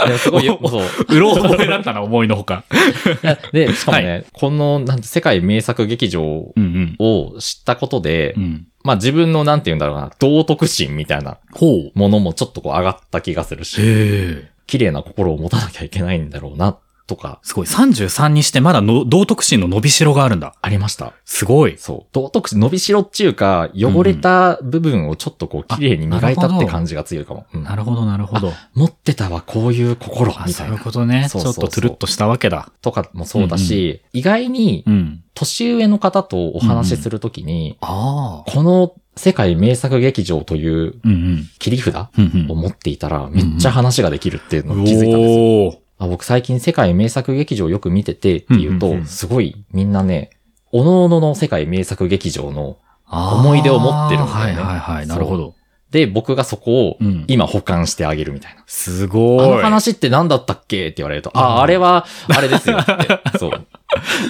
Speaker 1: でもすごい、そう。
Speaker 2: うろ覚えだったな、思いのほか。
Speaker 1: で、しかもね、この、なんて、世界名作劇場
Speaker 2: うんうん。
Speaker 1: を知ったことで、
Speaker 2: うん。
Speaker 1: まあ自分の、なんて言うんだろうな、道徳心みたいな
Speaker 2: ほう。
Speaker 1: ものもちょっとこう上がった気がするし、
Speaker 2: へえ。
Speaker 1: 綺麗な心を持たなきゃいけないんだろうな、とか、
Speaker 2: すごい。33にしてまだの道徳心の伸びしろがあるんだ。
Speaker 1: ありました。
Speaker 2: すごい。
Speaker 1: そう。道徳心、伸びしろっちゅうか、汚れた部分をちょっとこう、綺麗に磨いた
Speaker 2: あなる
Speaker 1: っ
Speaker 2: ほ
Speaker 1: て
Speaker 2: ど
Speaker 1: 感じが強いかも。うん
Speaker 2: なるほど、なるほど。
Speaker 1: 持ってたはこういう心、
Speaker 2: あ、
Speaker 1: み
Speaker 2: そ
Speaker 1: た
Speaker 2: う
Speaker 1: い
Speaker 2: いう
Speaker 1: な。
Speaker 2: ことね。ち
Speaker 1: そう
Speaker 2: ょ
Speaker 1: そう
Speaker 2: っ
Speaker 1: そう
Speaker 2: とトゥルッとしたわけだ。
Speaker 1: とかもそうだし、意外に、
Speaker 2: うん。
Speaker 1: 年上の方とお話しするときに、
Speaker 2: ああ。
Speaker 1: この世界名作劇場という
Speaker 2: うんうん。
Speaker 1: 切り札を
Speaker 2: うん
Speaker 1: 持っていたら、めっちゃ話ができるっていう
Speaker 2: う
Speaker 1: の
Speaker 2: ん。
Speaker 1: を気づいたんですよ。
Speaker 2: おー
Speaker 1: あ僕最近世界名作劇場よく見ててっていう
Speaker 2: うんう
Speaker 1: と、
Speaker 2: ん
Speaker 1: すごいみんなね、おののの世界名作劇場の、
Speaker 2: あー
Speaker 1: 思い出を持ってるんだよ
Speaker 2: は
Speaker 1: ね
Speaker 2: いはいはい。なるほど。
Speaker 1: で、僕がそこを
Speaker 2: うん
Speaker 1: 今保管してあげるみたいな。
Speaker 2: すごい。
Speaker 1: あの話って何だったっけって言われると、あ
Speaker 2: う
Speaker 1: あ、
Speaker 2: ん
Speaker 1: あれは、あれですよって。 そう。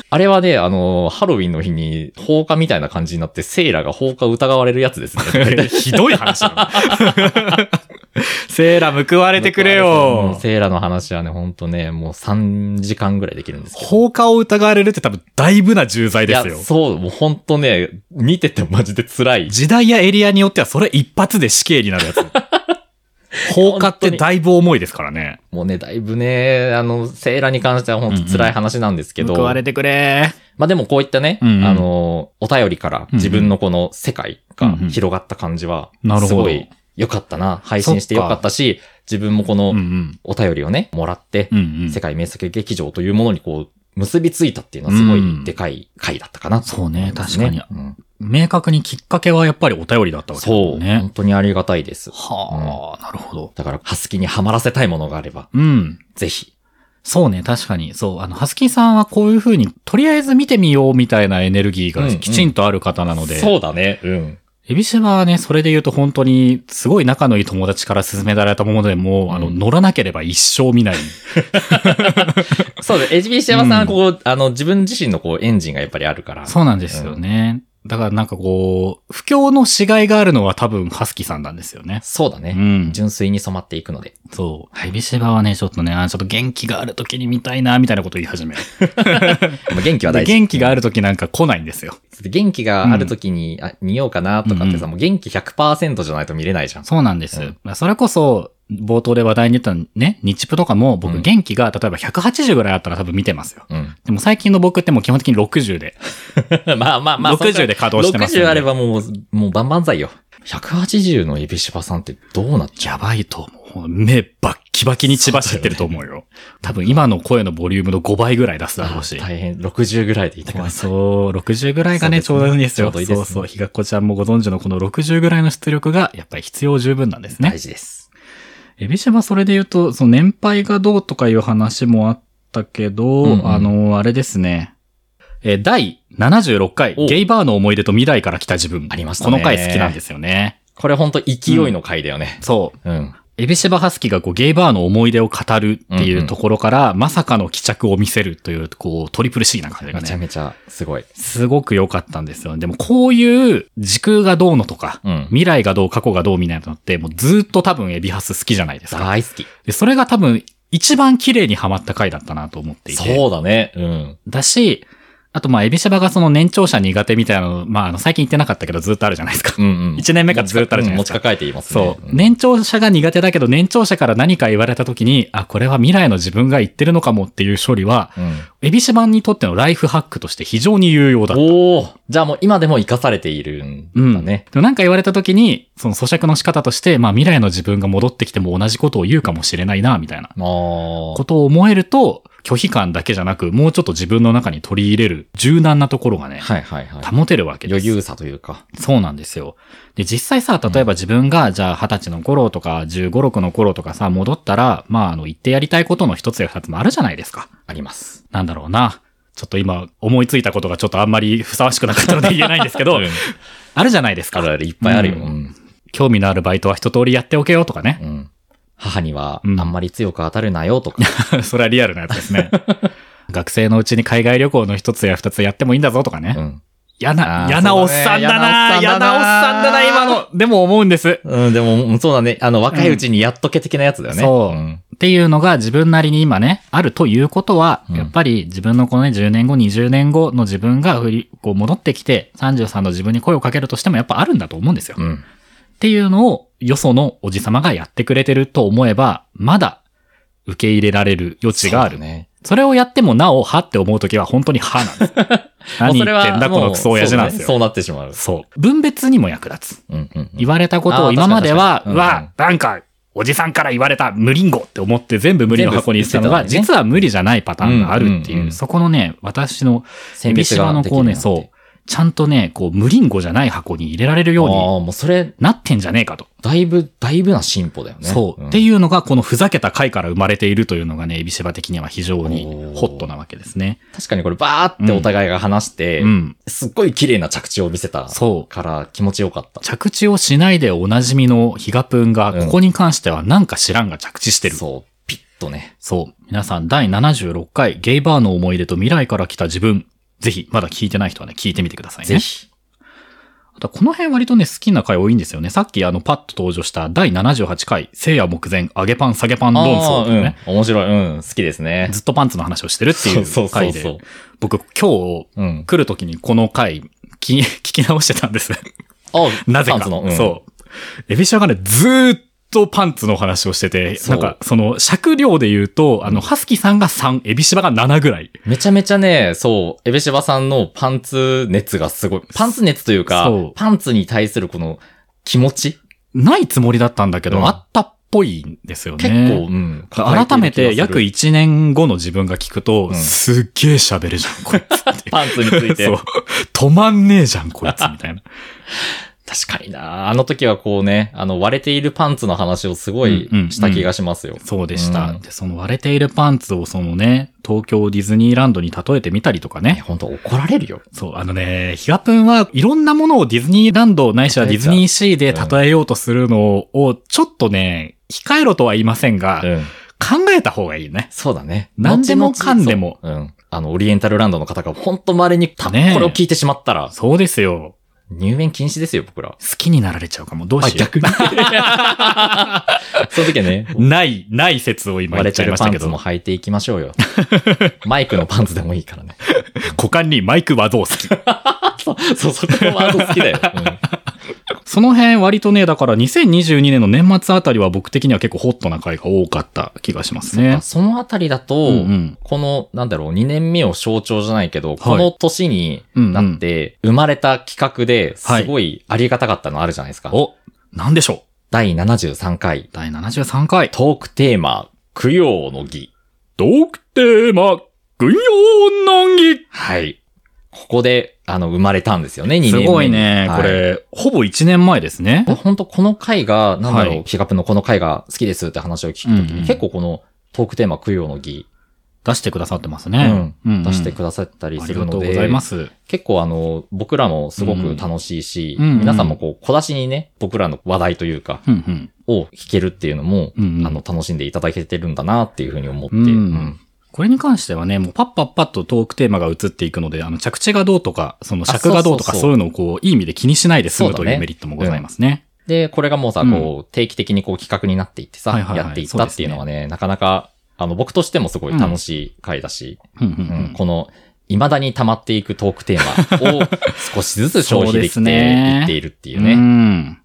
Speaker 1: あれはね、あの、ハロウィンの日に放火みたいな感じになって、セイラが放火疑われるやつです ね。
Speaker 2: ひどい話だなセーラ報われてくれ
Speaker 1: うん
Speaker 2: よ。
Speaker 1: セイラの話はね、ほんとね、もう3時間ぐらいできるんですけど。
Speaker 2: 放火を疑われるって多分だいぶな重罪
Speaker 1: い
Speaker 2: で
Speaker 1: や
Speaker 2: すよ、。
Speaker 1: そう、もうほんとね、見ててマジで辛い。
Speaker 2: 時代やエリアによってはそれ一発で死刑になる やつ。放火ってだいぶ重いですからね。
Speaker 1: もうね、だいぶね、あの、セイラに関してはほんと辛い話なんですけど。
Speaker 2: 報われてくれ。
Speaker 1: まあでもこういったね、
Speaker 2: うんうん
Speaker 1: あの、お便りから自分のこの世界が広がった感じは、
Speaker 2: うんうんなる
Speaker 1: す
Speaker 2: ほど
Speaker 1: ごい良かったな。配信して良かったし、自分もこ
Speaker 2: う
Speaker 1: の
Speaker 2: んうん。
Speaker 1: お便りをね、もらって
Speaker 2: う、んうん
Speaker 1: 世。界名作劇場というものにこう、結びついたっていうのはすごいでかい回だったかなと思います、
Speaker 2: そうね確
Speaker 1: うん
Speaker 2: 明確にきっかけはやっぱりお便りだったわけ
Speaker 1: そ
Speaker 2: だも
Speaker 1: う、
Speaker 2: んね
Speaker 1: 本。当にありがたいです。
Speaker 2: はあ、なるほど。
Speaker 1: だから、ハスキにはまらせたいものがあれば、
Speaker 2: うん。
Speaker 1: ぜひ。
Speaker 2: そうね、確かに。そう。あの、ハスキーさんはこういう風に、とりあえず見てみようみたいなエネルギー
Speaker 1: うんう
Speaker 2: が
Speaker 1: ん
Speaker 2: きちんとある方なので、
Speaker 1: そうだね。うん。
Speaker 2: エビシバはね、それで言うと本当に、すごい仲のいい友達から勧められたものでも、あの、
Speaker 1: うん
Speaker 2: 乗らなければ一生見ない。
Speaker 1: そうです。HB シャワさん
Speaker 2: う
Speaker 1: は
Speaker 2: ん
Speaker 1: こう、あの、自分自身のこう、エンジンがやっぱりあるから。
Speaker 2: そうなんですよね。だからなんかこう、不況のしがいがあるのは多分、ハスキーさんなんですよね。
Speaker 1: そうだ
Speaker 2: う
Speaker 1: ね。
Speaker 2: ん。
Speaker 1: 純粋に染まっていくので。
Speaker 2: そう。エビシバはね、ちょっとね、あちょっと元気がある時に見たいな、みたいなこと言い始める。
Speaker 1: まあ元気は
Speaker 2: で
Speaker 1: 大事。
Speaker 2: 元気がある時なんか来ないんですよ。
Speaker 1: 元気がある時に、あ見ようかなとかってさ、
Speaker 2: うんう
Speaker 1: もう元気100%じゃないと見れないじゃん。
Speaker 2: そうなんです。
Speaker 1: うん
Speaker 2: まあそれこそ、冒頭で話題に出たね、日プとか
Speaker 1: う
Speaker 2: も僕
Speaker 1: ん
Speaker 2: 元気が例えば180ぐらいあったら多分見てますよ。
Speaker 1: うん。
Speaker 2: でも最近の僕ってもう基本的に60で、
Speaker 1: まあまあまあ。
Speaker 2: 60で稼働してます、ね。
Speaker 1: 60あれ。ばもう、もう万々歳よ。180のエビシバさんってどうなっちゃ
Speaker 2: やばいと思う。目バッキバキに血走ってると思うよ。多分今の声のボリュームの5倍ぐらい出す
Speaker 1: う
Speaker 2: だろうし。
Speaker 1: 大変、60ぐらいでいてく
Speaker 2: ま
Speaker 1: だ
Speaker 2: あ
Speaker 1: さ
Speaker 2: そう、60ぐらいがね、ち
Speaker 1: そう
Speaker 2: ょう
Speaker 1: ですね
Speaker 2: どいいんですよ。
Speaker 1: ちょうどいいですね
Speaker 2: そうそう、ひがっこちゃんもご存知のこの60ぐらいの出力が、やっぱり必要十分なんです
Speaker 1: い。
Speaker 2: ね
Speaker 1: 大。事です。
Speaker 2: エビシバそれで言うと、その年配がどうとかいう話もあったけど、
Speaker 1: うんうん
Speaker 2: あの、あれですね。えー、第76回、
Speaker 1: お
Speaker 2: ゲイバーの思い出と未来から来た自分。
Speaker 1: ありました
Speaker 2: こ
Speaker 1: ね
Speaker 2: の回好きなんですよね。
Speaker 1: これほんと勢いの回だよね。
Speaker 2: そう。
Speaker 1: うん。
Speaker 2: エビシバハスキがこうゲイバーの思い出を語るってい
Speaker 1: んう
Speaker 2: うんうところから、まさかの帰着を見せるという、こう、トリプル C な感じが
Speaker 1: めちゃ
Speaker 2: ね。
Speaker 1: めちゃすごい。
Speaker 2: すごく良かったんですよ。でもこういう時空がどうのとか、
Speaker 1: うん。
Speaker 2: 未来がどう過去がどうみたいなのって、もうずっと多分エビハス好きじゃないですか。
Speaker 1: 大好き。
Speaker 2: で、それが多分一番綺麗にはまった回だったなと思っていて。
Speaker 1: そうだね。うん。
Speaker 2: だし、あとまあ、エビシャバがその年長者苦手みたいなの、まあ、あの、最近言ってなかったけどずっとあるじゃないですか。
Speaker 1: うんうん。
Speaker 2: 一年目からずっとあるじゃないです
Speaker 1: 持
Speaker 2: か
Speaker 1: ち。抱えていますね。
Speaker 2: そう。
Speaker 1: ん。
Speaker 2: 年長者が苦手だけど、年長者から何か言われた時に、あ、これは未来の自分が言ってるのかもっていう処理は、
Speaker 1: うん。
Speaker 2: エビシャバにとってのライフハックとして非常に有用だった。
Speaker 1: おお。じゃあもう今でも生かされているん
Speaker 2: うん。
Speaker 1: だね。
Speaker 2: でもなんか言われた時に、その咀嚼の仕方として、まあ未来の自分が戻ってきても同じことを言うかもしれないな、みたいな。
Speaker 1: ああ
Speaker 2: こ。とを思えると、拒否感だけじゃなく、もうちょっと自分の中に取り入れる柔軟なところがね、
Speaker 1: はいはいはい。
Speaker 2: 保てるわけです。
Speaker 1: 余裕さというか。
Speaker 2: そうなんですよ。で、実際さ、例えば自分が、じゃあ20歳の頃とか、15、6の頃とかさ、戻ったら、まあ、あの、言ってやりたいことの一つや二つもあるじゃないですか。
Speaker 1: あります。
Speaker 2: なんだろうな。ちょっと今、思いついたことがちょっとあんまりふさわしくなかったので言えないんですけど、
Speaker 1: うん
Speaker 2: あるじゃないです
Speaker 1: ある
Speaker 2: か。
Speaker 1: ある、いっぱいあるよ。
Speaker 2: う
Speaker 1: うんん。
Speaker 2: 興味のあるバイトは一通りやっておけよとかね。
Speaker 1: うん。母には、あ
Speaker 2: うん
Speaker 1: んまり強く当たるなよとか。
Speaker 2: それはリアルなやつで すね。学生のうちに海外旅行の一つや二つやってもいいんだぞとかね。
Speaker 1: うん。
Speaker 2: 嫌な
Speaker 1: あ、ー
Speaker 2: 嫌なおっさんだな
Speaker 1: そうだね
Speaker 2: 嫌なおっさんだな、
Speaker 1: 嫌な
Speaker 2: 今
Speaker 1: おっさんだな
Speaker 2: の。でも思うんです。
Speaker 1: うん、でも、うんそうだね。あの、若いうちにやっとけ的なやつだよね。
Speaker 2: そう
Speaker 1: うん
Speaker 2: っていうのが自分なりに今ね、あるということは、
Speaker 1: うん
Speaker 2: やっぱり自分のこのね、10年後、20年後の自分が振り、こう戻ってきて、33の自分に声をかけるとしてもやっぱあるんだと思うんですよ。
Speaker 1: うん。
Speaker 2: っていうのを、よそのおじさまがやってくれてると思えば、まだ受け入れられる余地がある。
Speaker 1: そう
Speaker 2: そ,、
Speaker 1: だね。
Speaker 2: れをやってもなお、はって思うときは本当にはな んです。何言ってんだ、このクソ親父なんですよ。
Speaker 1: そうだねそうなってしまう。
Speaker 2: そう。分別にも役立つ。
Speaker 1: うんうんうん。
Speaker 2: 言われたこと
Speaker 1: あ
Speaker 2: を
Speaker 1: ー
Speaker 2: 今までは、
Speaker 1: 確かに確か
Speaker 2: う
Speaker 1: に
Speaker 2: わ、なんか、おじさんから言われた無リンゴって思って全部無理の箱にしてたのが、
Speaker 1: 全部捨て
Speaker 2: 実は無理じゃないパターンがあるって
Speaker 1: うんうん
Speaker 2: いうう、
Speaker 1: ん
Speaker 2: そこのね、私の、
Speaker 1: 選
Speaker 2: エビ
Speaker 1: 別
Speaker 2: シ
Speaker 1: が
Speaker 2: バの
Speaker 1: できる
Speaker 2: こ
Speaker 1: よ
Speaker 2: う
Speaker 1: うにな
Speaker 2: ね、
Speaker 1: って
Speaker 2: そう、ちゃんとね、こう、無リンゴじゃない箱に入れられるよう
Speaker 1: あ
Speaker 2: に
Speaker 1: あ、もうそれ、
Speaker 2: なってんじゃねえかと。
Speaker 1: だいぶ、だいぶな進歩だよね。
Speaker 2: そう。
Speaker 1: ん
Speaker 2: っていうのが、このふざけた回から生まれているというのがね、エビシバ的には非常
Speaker 1: おー
Speaker 2: にホットなわけですね。
Speaker 1: 確かにこれバーってお互いが話して、
Speaker 2: うん。
Speaker 1: すっごい綺麗な着地を見せた
Speaker 2: そう。
Speaker 1: から気持ちよかった。
Speaker 2: 着地をしないでおなじみのヒガプンが、
Speaker 1: うん
Speaker 2: ここに関してはなんか知らんが着地してる。
Speaker 1: そう、ピッとね。
Speaker 2: そう。皆さん、第76回、ゲイバーの思い出と未来から来た自分。ぜひ、まだ聞いてない人はね、聞いてみてくださいね。
Speaker 1: ぜひ。
Speaker 2: あと、この辺割とね、好きな回多いんですよね。さっき、あの、パッと登場した第78回、聖夜目前、揚げパン、下げパン論争とかね、
Speaker 1: うん。面白い。うん。好きですね。
Speaker 2: ずっとパンツの話をしてるってい
Speaker 1: そう
Speaker 2: う
Speaker 1: そう
Speaker 2: 回
Speaker 1: そうそう
Speaker 2: で、僕、今日、
Speaker 1: うん。
Speaker 2: 来る時にこの回、き聞き直してた んです。
Speaker 1: あ、
Speaker 2: なぜ
Speaker 1: パン
Speaker 2: か
Speaker 1: ツの。うん、
Speaker 2: そう。エビシャがね、ずーっとパンツの話をしてて、
Speaker 1: そう
Speaker 2: なんか、その、尺量で言うと、あの、ハスキさんが3、エビシバが7ぐらい。
Speaker 1: めちゃめちゃね、そう、エベシバさんのパンツ熱がすごい。パンツ熱というか
Speaker 2: そう、
Speaker 1: パンツに対するこの気持ち、
Speaker 2: ないつもりだったんだけど、
Speaker 1: うん
Speaker 2: あったっぽいんですよね。
Speaker 1: 結構、うん。
Speaker 2: 改めて約
Speaker 1: 抱える
Speaker 2: 1年後の自分が聞くと、
Speaker 1: うん
Speaker 2: すっげえ喋 るじゃん、こいつって
Speaker 1: 気がする。パンツについて。
Speaker 2: そう。止まんねえじゃん、こいつ、みたいな。
Speaker 1: 確かになあの時はこうね、あの割れているパンツの話をすごい
Speaker 2: うんうん
Speaker 1: した気がしますよ。
Speaker 2: そうでした。
Speaker 1: うん
Speaker 2: で、その割れているパンツをそのね、東京ディズニーランドに例えてみたりとか
Speaker 1: え
Speaker 2: ね。
Speaker 1: 本当怒られるよ。
Speaker 2: そう、あのね、ヒガプンはいろんなものをディズニーランドないしはディズニーシーで例えようとするのを、ちょっとね、控えろとは言いませんが、
Speaker 1: うん。
Speaker 2: 考えた方がいいね。
Speaker 1: そうだね。
Speaker 2: 何でもかんでも
Speaker 1: 後々。そううん。あの、オリエンタルランドの方が本当稀にた、
Speaker 2: ねえ
Speaker 1: これを聞いてしまったら、
Speaker 2: そうですよ。
Speaker 1: 入園禁止ですよ、僕ら。
Speaker 2: 好きになられちゃうかも。どうしよう。
Speaker 1: そういう時はね、
Speaker 2: ない、ない説を今
Speaker 1: 割
Speaker 2: 言
Speaker 1: れ
Speaker 2: っち
Speaker 1: て
Speaker 2: ゃい
Speaker 1: る
Speaker 2: まし
Speaker 1: パ
Speaker 2: たけ
Speaker 1: ンツ
Speaker 2: ど
Speaker 1: も、履いていきましょうよ。 マイクのパンツでもいいから ね。
Speaker 2: 股間にマイクはどう好き
Speaker 1: そう、そこもワード好きだよ。うん
Speaker 2: その辺割とね、だから2022年の年末あたりは僕的には結構ホットな回が多かった気がしますね。
Speaker 1: そのあたりだと、
Speaker 2: うんうん
Speaker 1: この、なんだろう、2年目を象徴じゃないけど、この年になって、生まれた企画で、
Speaker 2: はい
Speaker 1: すごいありがたかったのあるじゃないですか。
Speaker 2: お、なんでしょ
Speaker 1: 第73回
Speaker 2: う、第73回、
Speaker 1: トークテーマ、供養の儀。
Speaker 2: ドクテーマ、軍用難儀
Speaker 1: はい。ここで、あの、生まれたんですよね、2年
Speaker 2: す
Speaker 1: 目に。
Speaker 2: ごいね、
Speaker 1: はい
Speaker 2: こ。れ、ほぼ1年前ですね。
Speaker 1: 本当この回が、なんだろう、
Speaker 2: はい
Speaker 1: ヒガプのこの回が好きですって話を聞くときに、
Speaker 2: うんうん
Speaker 1: 結構このトークテーマ、供養の儀、
Speaker 2: 出してくださってますね。
Speaker 1: う、
Speaker 2: うんん
Speaker 1: 出してくださったり
Speaker 2: あ
Speaker 1: す
Speaker 2: り
Speaker 1: る
Speaker 2: がと
Speaker 1: の
Speaker 2: う
Speaker 1: で、
Speaker 2: ございます。
Speaker 1: 結構あの、僕らもすごく楽しいし、
Speaker 2: うんうん
Speaker 1: 皆さんもこう、小出しにね、僕らの話題というか、
Speaker 2: うんうん。
Speaker 1: を聞けるっていうのも、
Speaker 2: うんうん
Speaker 1: あの、楽しんでいただけてるんだなっていうふうに思って、
Speaker 2: うん
Speaker 1: うん
Speaker 2: これに関してはね、もうパッパッパッとトークテーマが移っていくので、あの、着地がどうとか、その尺がどうと
Speaker 1: あ
Speaker 2: か、
Speaker 1: そう
Speaker 2: そ
Speaker 1: そう
Speaker 2: ういうのをこう、いい意味で気にしないで済む
Speaker 1: そう
Speaker 2: と
Speaker 1: だ
Speaker 2: い
Speaker 1: ね
Speaker 2: うメリットもございますね。
Speaker 1: で、これがもうさ、
Speaker 2: うん
Speaker 1: こう、定期的にこう企画になっていってさ、
Speaker 2: はいはいはい
Speaker 1: やっていったっていうのはね、なかなか、あの、僕としてもすごい楽しい回だし、
Speaker 2: うんうんう
Speaker 1: うん
Speaker 2: ん
Speaker 1: この、未だに溜まっていくトークテー マを少しずつ消費できて
Speaker 2: そうですね
Speaker 1: いっているっていう
Speaker 2: う
Speaker 1: ね。
Speaker 2: ん。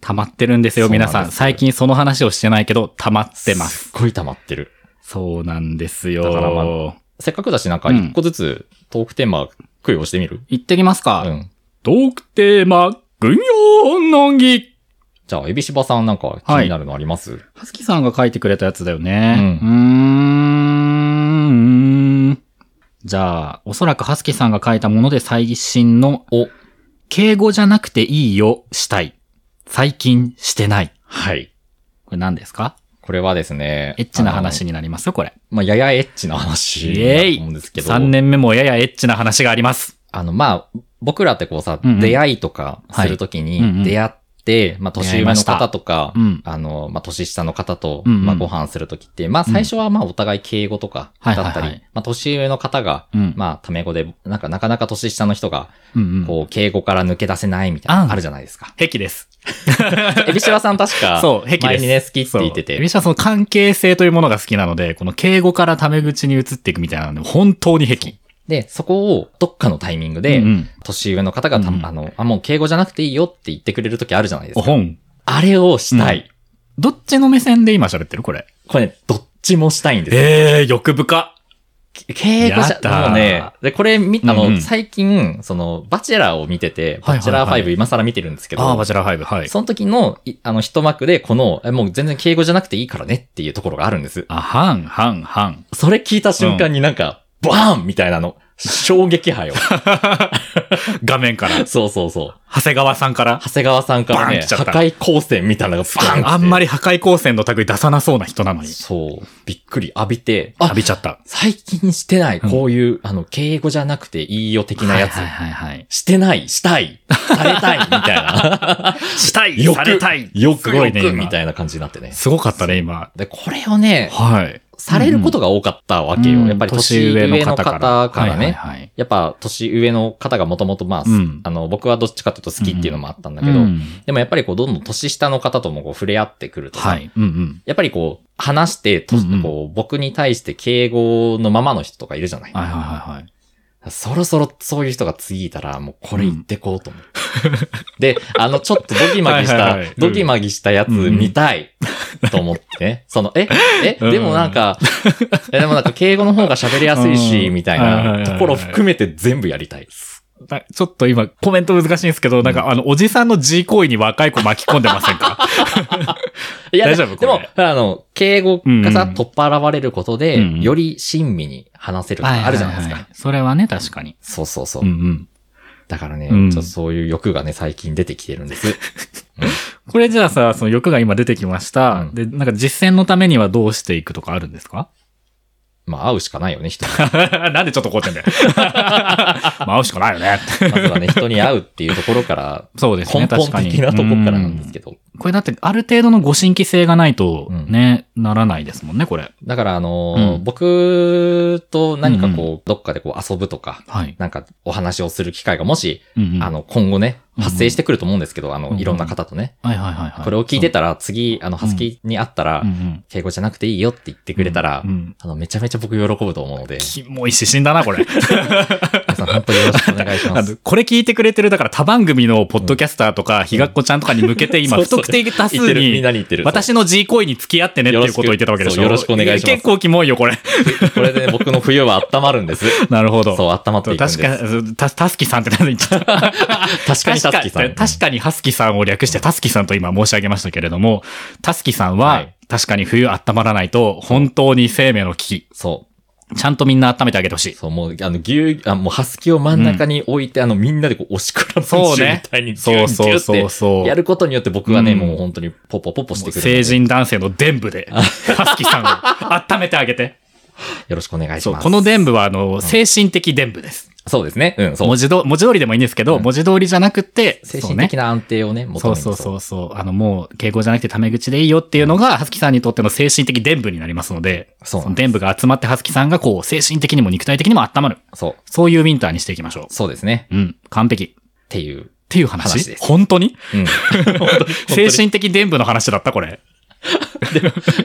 Speaker 2: 溜まってるんですよ、
Speaker 1: そうなんで
Speaker 2: 皆
Speaker 1: す
Speaker 2: さん。最近その話をしてないけど、溜まってます。
Speaker 1: っごい溜まってる。
Speaker 2: そうなんですよ。
Speaker 1: だからませっかくだし、なんか
Speaker 2: うん
Speaker 1: 一個ずつトークテーマ供養してみる、
Speaker 2: 行ってきますか。
Speaker 1: うん。
Speaker 2: トークテーマ、軍用の儀。
Speaker 1: じゃあ、エビシバさんなんか気になるのあります、
Speaker 2: はすきさんが書いてくれたやつだよね。
Speaker 1: う
Speaker 2: うーん。じゃあ、おそらくはすきさんが書いたもので最新の、
Speaker 1: お、
Speaker 2: 敬語じゃなくていいよ、したい。最近してない。
Speaker 1: はい。
Speaker 2: これ何ですか
Speaker 1: これはですね。
Speaker 2: エッチな話になりますよ、これ。
Speaker 1: あの。まあ、ややエッチな話だと思うんですけど。
Speaker 2: 3年目もややエッチな話があります。
Speaker 1: あの、まあ、僕らってこうさ、
Speaker 2: うんうん
Speaker 1: 出会いとかするとき
Speaker 2: はいうんう
Speaker 1: に、
Speaker 2: ん
Speaker 1: 出会って、まあ、
Speaker 2: 出
Speaker 1: 年
Speaker 2: 会い
Speaker 1: 上
Speaker 2: ま
Speaker 1: の
Speaker 2: した
Speaker 1: 方とか、
Speaker 2: うん
Speaker 1: あの、まあ、年下の方と、
Speaker 2: うんうん
Speaker 1: まあ、ご飯するときって、まあ、最初はまあ、お互い敬語とか、だ
Speaker 2: は
Speaker 1: っ
Speaker 2: いはいはい
Speaker 1: たり、まあ、年上の方が、
Speaker 2: うん
Speaker 1: まあ、タメ語で、なんか、なかなか年下の人が、
Speaker 2: うんうん。
Speaker 1: こう、敬語から抜け出せないみたいな、
Speaker 2: うん
Speaker 1: あるじゃないですか。
Speaker 2: 壁です。
Speaker 1: エビシワさん確か、
Speaker 2: そう、壁です。
Speaker 1: 前にね、好きって言ってて。
Speaker 2: そうエビシャはその関係性というものが好きなので、この敬語からタメ口に移っていくみたいなので、本当に壁。
Speaker 1: で、そこをどっかのタイミングで、
Speaker 2: うんうん
Speaker 1: 年上の方がた、
Speaker 2: うんうん
Speaker 1: あの、あ、もう敬語じゃなくていいよって言ってくれる時あるじゃないで
Speaker 2: お
Speaker 1: すか。
Speaker 2: 本。
Speaker 1: あれをしたい。
Speaker 2: うどっちの目線で今喋ってるこれ。
Speaker 1: これね、どっちもしたいんです。
Speaker 2: ええー、欲深。
Speaker 1: 敬語じ
Speaker 2: やっ
Speaker 1: ゃ、
Speaker 2: たー
Speaker 1: もうね、で、これ見、あの、
Speaker 2: うんうん
Speaker 1: 最近、その、バチェラーを見てて、
Speaker 2: はいはいはい
Speaker 1: バチェラー5今更見てるんですけど、
Speaker 2: ああ、バチェラー5、はい。
Speaker 1: その時の、いあの、一幕で、この、えもう全然敬語じゃなくていいからねっていうところがあるんです。
Speaker 2: あ、はん、はん、はん。
Speaker 1: それ聞いた瞬間になんか、バーンみたいなの、衝撃 波よ。
Speaker 2: 画面から。
Speaker 1: そうそうそう。
Speaker 2: 長谷川さんから。
Speaker 1: 長谷川さんから
Speaker 2: バーン
Speaker 1: ね、
Speaker 2: 来ちゃ
Speaker 1: 破
Speaker 2: った
Speaker 1: 壊光線みたいなのがバーン
Speaker 2: あんま
Speaker 1: り。
Speaker 2: り破壊光線の類出さなそうな人なのに。
Speaker 1: そう。びっくり浴びて、あ
Speaker 2: 浴、びちゃった。
Speaker 1: 最近してない、こういう、あの、敬語じゃなくていいよ的なやつ。
Speaker 2: はいはいはいはい。
Speaker 1: してない、したい、され たい、みたいな。
Speaker 2: したい
Speaker 1: よく
Speaker 2: されたい
Speaker 1: よ
Speaker 2: す
Speaker 1: く、
Speaker 2: ご
Speaker 1: よ
Speaker 2: いね、
Speaker 1: く、
Speaker 2: 今
Speaker 1: みたいな感じになってね。
Speaker 2: すごかったね、今。
Speaker 1: で、これをね、
Speaker 2: はい。
Speaker 1: されることが多かったわけよ。
Speaker 2: うん
Speaker 1: やっぱり年上の方から
Speaker 2: はいはい
Speaker 1: ね。
Speaker 2: はい
Speaker 1: やっぱ年上の方がもともとまあ、
Speaker 2: うん
Speaker 1: あの、僕はどっちかというと好きっていうのもあったんだけ
Speaker 2: う
Speaker 1: ど、
Speaker 2: ん
Speaker 1: でもやっぱりこう、どんどん年下の方ともこう触れ合ってくるとさ、
Speaker 2: はい。うんうん。
Speaker 1: やっぱりこう、話して、と
Speaker 2: うんうん
Speaker 1: こう、僕に対して敬語のままの人とかいるじゃない。
Speaker 2: はいはいはいはい。
Speaker 1: そろそろそういう人が次いたら、もうこれ言ってこうと思う。 で、あの、ちょっとドギマギした、
Speaker 2: はいはいはいうん
Speaker 1: ドギマギしたやつ見たい、と思ってね。その、え、え、
Speaker 2: うん
Speaker 1: でもなんか、えでもなんか敬語の方が喋りやすいし、
Speaker 2: うん
Speaker 1: みたい
Speaker 2: はいはいはい
Speaker 1: な
Speaker 2: はい
Speaker 1: ところ含めて全部やりたい。
Speaker 2: なちょっと今、コメント難しいんですけど、なんか、あの、おじさんの G 行為に若い子巻き込んでま せんか
Speaker 1: いや、
Speaker 2: 大丈夫
Speaker 1: でも
Speaker 2: こ、
Speaker 1: あの、敬語が
Speaker 2: う
Speaker 1: さ
Speaker 2: ん、
Speaker 1: 取っ払われることで、
Speaker 2: うん
Speaker 1: より親身に話せるとかあるじゃないですか。
Speaker 2: はははそれはね、確かに。
Speaker 1: そうそうそうう。
Speaker 2: んうん。
Speaker 1: だからね、
Speaker 2: うん
Speaker 1: ちょっとそういう欲がね、最近出てきてるん です。
Speaker 2: これじゃあさ、その欲が今出てきました。
Speaker 1: うん
Speaker 2: で、なんか実践のためにはどうしていくとかあるんですか
Speaker 1: まあ、会うしかないよね、人に。
Speaker 2: なんでちょっと怒 ってんだよ。まあ、会うしかないよね。
Speaker 1: まずはね、人に会うっていうところから、
Speaker 2: そうですね。
Speaker 1: 根本的なところからなんですけ
Speaker 2: ど。
Speaker 1: ど。
Speaker 2: これだって、ある程度のご新規性がないとね、ならないですもんね、これ。
Speaker 1: だから、あのー
Speaker 2: うん
Speaker 1: 僕と何かこう、どっかでこう遊ぶとか、
Speaker 2: はい。
Speaker 1: なんかお話をする機会がもし、
Speaker 2: うんうん
Speaker 1: あ、の、今後ね、発生してくると思うんですけど、あ
Speaker 2: う
Speaker 1: の、
Speaker 2: ん
Speaker 1: いろんな方とね、
Speaker 2: はいはいはい、はい。
Speaker 1: これを聞いてたら、次、あの、ハスキーに会ったら
Speaker 2: うん、うん、
Speaker 1: 敬語じゃなくていいよって言ってくれたら
Speaker 2: う、ん。
Speaker 1: あの、めちゃめちゃ僕喜ぶと思うので、
Speaker 2: キモい指針だな、 これ。
Speaker 1: 皆さん本当よろしくお願いしま
Speaker 2: あの
Speaker 1: す。
Speaker 2: これ聞いてくれてる、だから他番組のポッドキャスターとか、ひがっこちゃんとかに向けて今、
Speaker 1: そう
Speaker 2: 不
Speaker 1: そう
Speaker 2: 特定多数
Speaker 1: 言ってる、みん
Speaker 2: に
Speaker 1: な、に言ってる。
Speaker 2: 私の G 行為に付き合ってねっていうことを言ってたわけでしょ。
Speaker 1: よろしくそうよろしくお願いします
Speaker 2: 結構キモいよ、これ。
Speaker 1: そうこれでね僕の冬は温まるん です。
Speaker 2: なるほど。
Speaker 1: そう、温まっていくんです。
Speaker 2: 確
Speaker 1: 確かに。
Speaker 2: か、た、たすきさんって何言 っちゃった
Speaker 1: 確かに、タスキさん。
Speaker 2: 確かにハスキさんを略してタスキさんと今申し上げましたけれども、タスキさん
Speaker 1: は
Speaker 2: はい確かに冬温まらないと本当に生命の危機。
Speaker 1: そ
Speaker 2: ちゃんとみんな温めてあげてほし
Speaker 1: う。
Speaker 2: い。
Speaker 1: そう、もう、あの、ぎゅう、あもう、ハスキを真ん中に置いて、あの、みんなでこう、押しくらぶ
Speaker 2: そう
Speaker 1: み
Speaker 2: ね
Speaker 1: たいに、ぎゅ
Speaker 2: そ
Speaker 1: う
Speaker 2: う
Speaker 1: ぎゅ
Speaker 2: そうう
Speaker 1: っ
Speaker 2: そう
Speaker 1: て、
Speaker 2: そう。
Speaker 1: やることによって僕はね、
Speaker 2: うん
Speaker 1: もう本当に、ポッポポッポしてくる。
Speaker 2: 成。人男性の伝部 で、ハスキさんを温めてあげて。
Speaker 1: よろしくお願いし
Speaker 2: そう、
Speaker 1: ます。
Speaker 2: この伝部はあの、精神的伝部です。
Speaker 1: そうですね。うん、そう
Speaker 2: 文。字ど文字通りでもいいんですけど、
Speaker 1: うん
Speaker 2: 文字通りじゃなくて、
Speaker 1: 精
Speaker 2: そう
Speaker 1: 神
Speaker 2: ね
Speaker 1: 的な安定をね、求め
Speaker 2: そう
Speaker 1: る
Speaker 2: そうそうそう。あの、もう、敬語じゃなくてタメ口でいいよっていうのが、はすきさんにとっての精神的伝部になりますので、
Speaker 1: そう
Speaker 2: その伝部が集まって、はすきさんがこう、精神的にも肉体的にも温まる。
Speaker 1: そう。
Speaker 2: そういうウィンターにしていきましょ
Speaker 1: そうですね。
Speaker 2: う。うん。完璧。っ
Speaker 1: っていう。
Speaker 2: ていう話
Speaker 1: 話です
Speaker 2: 本当に
Speaker 1: うん。
Speaker 2: 精神的伝部の話だったこれ。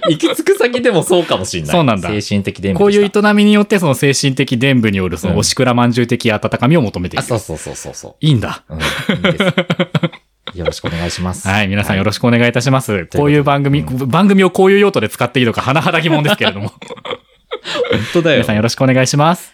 Speaker 1: 行き着く先でもそうかもしれない。
Speaker 2: そうなんだ
Speaker 1: 精神的伝
Speaker 2: こ
Speaker 1: 部
Speaker 2: う
Speaker 1: で
Speaker 2: い
Speaker 1: し
Speaker 2: う
Speaker 1: た。
Speaker 2: 営みによって、その精神的伝部による、その、
Speaker 1: うん
Speaker 2: おしくらまんじゅう的温かみを求めてい
Speaker 1: あ、
Speaker 2: く。
Speaker 1: そうそうそうそうそ
Speaker 2: いいんだ。
Speaker 1: う。うん。いい です。よろしくお願いします。
Speaker 2: はい。皆さんよ
Speaker 1: ろし
Speaker 2: ろしくお願いいたします。
Speaker 1: ということで
Speaker 2: こういう番組、
Speaker 1: う
Speaker 2: 番組をこういう用途で使っていいのか、甚だ疑問ですけ れども。
Speaker 1: く。本当だ
Speaker 2: 皆さんよろしくお願いします。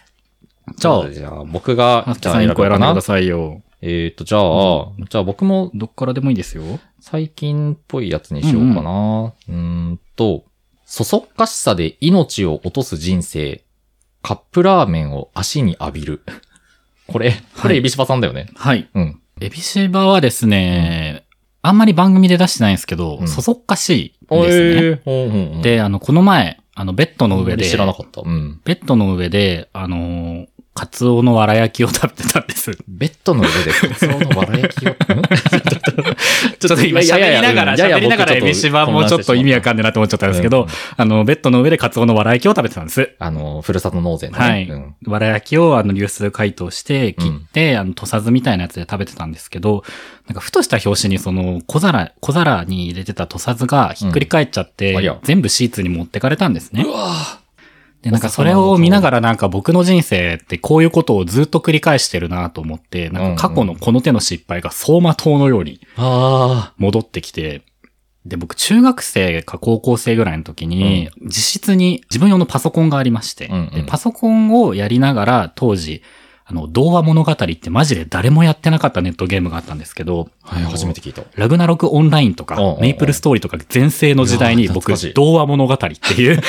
Speaker 2: じゃあ、
Speaker 1: じゃあ、僕が
Speaker 2: は、すき
Speaker 1: じゃ
Speaker 2: さ
Speaker 1: あ
Speaker 2: ん
Speaker 1: 選ぶ
Speaker 2: 一個選
Speaker 1: か
Speaker 2: んでく
Speaker 1: な
Speaker 2: だ。さいよ。
Speaker 1: えっ、と、じゃあ、じゃあ僕も
Speaker 2: どっからでもいいですよ。
Speaker 1: 最近っぽいやつにしようかな。うーん,、と、そそっかしさで命を落とす人生、カップラーメンを足に浴びる。 これ、これ、エビシバさんだよね。
Speaker 2: はい。
Speaker 1: うん。
Speaker 2: エビシバはですね、あんまり番組で出してないんですけど、
Speaker 1: うん
Speaker 2: そそっかしいですね。
Speaker 1: えーうんうんうん、
Speaker 2: で、あの、この前、あの、ベッド
Speaker 1: あ
Speaker 2: の
Speaker 1: んま
Speaker 2: 上
Speaker 1: り
Speaker 2: で、
Speaker 1: 知らなかった。うん。
Speaker 2: ベッドの上で、あのーカツオのわら焼きを食べてたんです。 ち
Speaker 1: ベッドの上で、普通のわら焼 きを。ん
Speaker 2: ょっと今
Speaker 1: いやいや
Speaker 2: 喋
Speaker 1: いや
Speaker 2: りながら、
Speaker 1: うんいやいや
Speaker 2: 喋りながら
Speaker 1: 僕ちょ
Speaker 2: エ
Speaker 1: っと
Speaker 2: ビシバもちょっと意味わかんねえなって思っちゃったんですけ
Speaker 1: う
Speaker 2: ど
Speaker 1: ん、
Speaker 2: あの、ベッドの上でカツオのわら焼きを食べてたんです。
Speaker 1: あの、ふるさと納税のね。
Speaker 2: はい
Speaker 1: うん。
Speaker 2: わら焼きをあの流通解凍して切って、あの、土佐酢みたいなやつで食べてたんですけど、なんかふとした表紙にその小皿、小皿に入れてた土佐酢がひっくり返っちゃって、
Speaker 1: うんありゃ
Speaker 2: 全部シーツに持ってかれたんですね。
Speaker 1: うわぁ
Speaker 2: で、なんかそれを見ながらなんか僕の人生ってこういうことをずっと繰り返してるなと思って、なんか過去のこの手の失敗が走馬灯のように
Speaker 1: あ
Speaker 2: 戻ってきて、で、僕中学生か高校生ぐらいの時に、自室に自分用のパソコンがありまして、
Speaker 1: うんうん
Speaker 2: でパソコンをやりながら当時、あの、童話物語ってマジで誰もやってなかったネットゲームがあったんですけど、
Speaker 1: あ。はい、初めて聞いた。
Speaker 2: ラグナロクオンラインとか
Speaker 1: うんうんう、ん
Speaker 2: メイプルストーリーとか全盛の時代に
Speaker 1: うわ
Speaker 2: 僕
Speaker 1: 懐かしい、
Speaker 2: 童話物語って いう、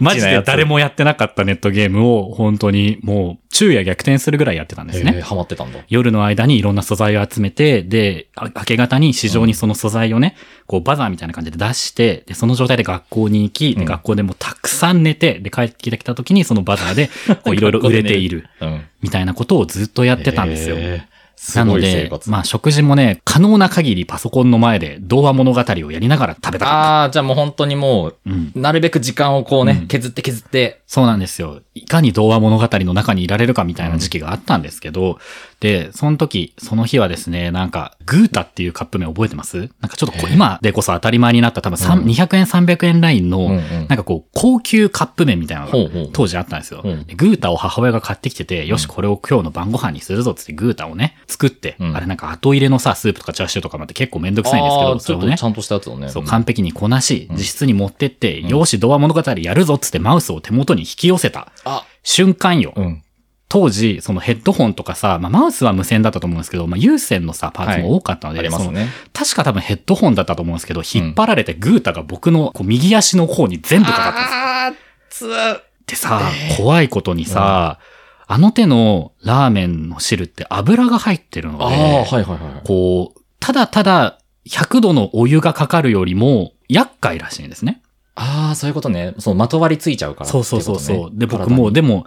Speaker 2: マジで誰もやってなかったネットゲームを本当にもう昼夜逆転するぐらいやってたんですね
Speaker 1: えー。ハマってたんだ。
Speaker 2: 夜の間にいろんな素材を集めて、で、あ明け方に市場にその素材をね、こうバザーみたいな感じで出して、で、その状態で学校に行き、で
Speaker 1: うん
Speaker 2: 学校でもうたくさん寝て、で、帰ってきた時にそのバザ ーで、こういろいろ売れている、
Speaker 1: うん。
Speaker 2: みたいなことをずっとやってたんですよ。
Speaker 1: えーす
Speaker 2: なの
Speaker 1: ごい生
Speaker 2: で、
Speaker 1: 活。
Speaker 2: まあ食事もね、可能な限りパソコンの前で童話物語をやりながら食べたかっ
Speaker 1: ああ、じゃあもう本当にもう、
Speaker 2: た。うん。
Speaker 1: なるべく時間をこうね、
Speaker 2: うん
Speaker 1: 削って削って。
Speaker 2: そうなんですよ。いかに童話物語の中にいられるかみたいな時期があったんですけど、で、その時、その日はですね、なんか、グータっていうカップ麺覚えてますなんかちょっとこう今でこそ当たり前になった多分三
Speaker 1: うん
Speaker 2: 200円300円ラインの、
Speaker 1: うんうん
Speaker 2: なんかこう、高級カップ麺みたいなの
Speaker 1: ほう
Speaker 2: が
Speaker 1: ほう
Speaker 2: 当時あったんですよ。
Speaker 1: うん
Speaker 2: でグータを母親が買ってきてて、よし、これを今日の晩ご飯にするぞっつってグータをね、作って、
Speaker 1: うん
Speaker 2: あれなんか後入れのさ、スープとかチャーシューとかまって結構めんどくさいんですけ
Speaker 1: あ
Speaker 2: ど、
Speaker 1: ーちょ
Speaker 2: それ
Speaker 1: っ
Speaker 2: を
Speaker 1: と
Speaker 2: ね
Speaker 1: ち、ゃんとしたやつをね。
Speaker 2: そう、完璧にこなし、
Speaker 1: うん
Speaker 2: 自室に持ってって、よし、童話物語やるぞっつってマウスを手元に引き寄せた
Speaker 1: あ、
Speaker 2: 瞬間よ。
Speaker 1: うん。
Speaker 2: 当時、そのヘッドホンとかさ、まあ、マウスは無線だったと思うんですけど、まあ、有線のさ、パーツも多かったの
Speaker 1: あ
Speaker 2: で、
Speaker 1: りま
Speaker 2: そ
Speaker 1: す
Speaker 2: の
Speaker 1: ね。
Speaker 2: 確か多分ヘッドホンだったと思うんですけど、引っ張られてグータが僕のこう右足の方に全部かかったんですよ
Speaker 1: あー、つー。
Speaker 2: でさ、怖いことにさ、あの手のラーメンの汁って油が入ってるので、
Speaker 1: ああ、はいはいはい。
Speaker 2: こう、ただただ100度のお湯がかかるよりも厄介らしいんですね。
Speaker 1: ああ、そういうことね。そのまとわりついちゃうからって
Speaker 2: そ
Speaker 1: こと
Speaker 2: うそ
Speaker 1: ね、
Speaker 2: うそうそう。で、僕もう、
Speaker 1: 体に
Speaker 2: でも、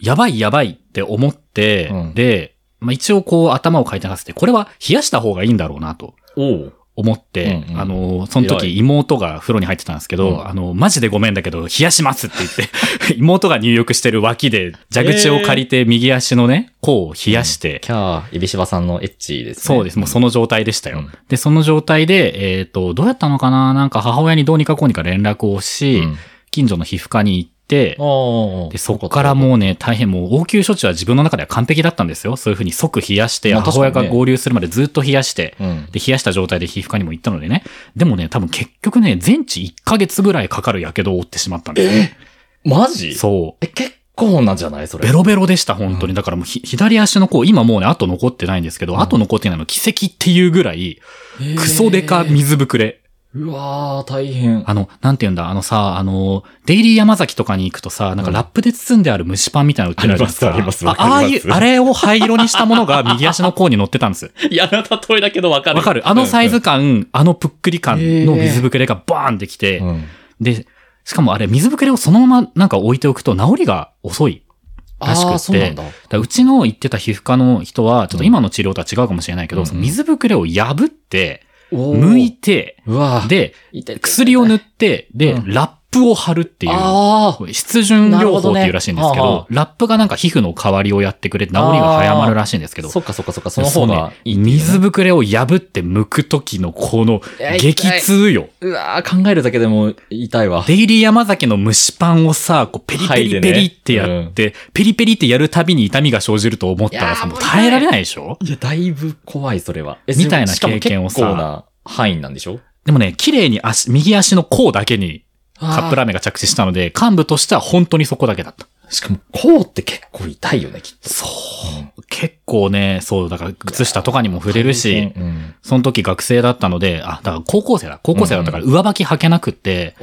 Speaker 2: やばいやばいって思って、
Speaker 1: うん
Speaker 2: で、まあ、一応こう頭を回転させて、これは冷やした方がいいんだろうなと
Speaker 1: おう
Speaker 2: 思って、
Speaker 1: うんうん
Speaker 2: あの、その
Speaker 1: 偉い
Speaker 2: 時妹が風呂に入ってたんですけど、
Speaker 1: うん
Speaker 2: あの、マジでごめんだけど、冷やしますって言って、 妹が入浴してる脇で蛇口を借りて右足のね、甲を冷やして、
Speaker 1: キャー、エビシバさんのエッチですね。
Speaker 2: そうです。もうその状態でしたよ。
Speaker 1: うん
Speaker 2: で、その状態で、えっ、と、どうやったのかななんか母親にどうにかこうにか連絡をし、
Speaker 1: うん
Speaker 2: 近所の皮膚科に行って、
Speaker 1: ああ。
Speaker 2: で、そこからもうね、大変もう応急処置は自分の中では完璧だったんですよ。そういうふうに即冷やして、
Speaker 1: まあ
Speaker 2: 母親
Speaker 1: 確か
Speaker 2: が
Speaker 1: にね
Speaker 2: 合流するまでずっと冷やして、
Speaker 1: うん。
Speaker 2: で、冷やした状態で皮膚科にも行ったのでね。でもね、多分結局ね、全治1ヶ月ぐらいかかる火傷を負ってしまったんですよ。
Speaker 1: マジ
Speaker 2: そう。
Speaker 1: え、結構なんじゃないそれ。
Speaker 2: ベロベロでした、本当に。だからもうひ、左足の甲、今もうね、後残ってないんですけど、
Speaker 1: うん
Speaker 2: 後残ってないの奇跡っていうぐら
Speaker 1: へ
Speaker 2: い、
Speaker 1: ー
Speaker 2: クソデカ。水ぶくれ。
Speaker 1: うわー、大 変。
Speaker 2: あの、なんて言うんだ、あのさ、あの、デイリー山崎とかに行くとさ、なんか
Speaker 1: うん
Speaker 2: ラップで包んである蒸しパンみたいなの売ってるじゃないですか。
Speaker 1: ありますありますわかり
Speaker 2: あ
Speaker 1: ます
Speaker 2: あいう、あれを灰色にしたものが 右足の甲に乗ってたんです。
Speaker 1: 嫌な例えだけどわかる。
Speaker 2: わかるあのサイズ感、あのぷっくり感の水ぶくれがバーンってきて
Speaker 1: う、ん。うん
Speaker 2: で、しかもあれ、水ぶくれをそのままなんか置いておくと治りが遅い。らしくっ
Speaker 1: あ
Speaker 2: て
Speaker 1: ーそうなんだ。
Speaker 2: だからうちの行ってた皮膚科の人は、ちょっと今の治療とは違うかもしれないけど、
Speaker 1: うん
Speaker 2: その水ぶくれを破って、
Speaker 1: おー
Speaker 2: 剥いて、
Speaker 1: うわー、
Speaker 2: で、
Speaker 1: 痛い、
Speaker 2: 薬を塗って、で、
Speaker 1: うん
Speaker 2: ラップを貼るっていう。
Speaker 1: ああ。
Speaker 2: 湿潤療法っていうらしいんです
Speaker 1: なる
Speaker 2: け
Speaker 1: ほ
Speaker 2: ど、
Speaker 1: どね
Speaker 2: ラップがなんか皮膚の代わりをやってくれて治りが早まるらしいんですけど、
Speaker 1: そっかそっかそっか、その方がいい、
Speaker 2: 水、ぶくれを破って剥く時のこの激。痛よ。
Speaker 1: うわー、考えるだけでも痛いわ。
Speaker 2: デイリー山崎の蒸しパンをさ、こうペリペリペリってや
Speaker 1: はいでねう
Speaker 2: っ
Speaker 1: ん
Speaker 2: て、ペリペリってやるたびに痛みが生じると思ったらさ、
Speaker 1: いやー
Speaker 2: もう耐えられないでしょ
Speaker 1: いや、だいぶ怖い、それは。え
Speaker 2: みたいな
Speaker 1: しかも
Speaker 2: 経験をさ
Speaker 1: 結構な範囲なんでしょ
Speaker 2: でもね、綺麗に足、右足の甲だけにカップラーメンが着地したので、幹部としては本当にそこだけだった。
Speaker 1: しかも、こうって結構痛いよね、きっ
Speaker 2: そう。結構ね、そう、だから靴下とかにも触れるし、
Speaker 1: と。うん
Speaker 2: その時学生だったので、あ、だから高校生だ。高校生だったから上履き履けなくって、
Speaker 1: ああ、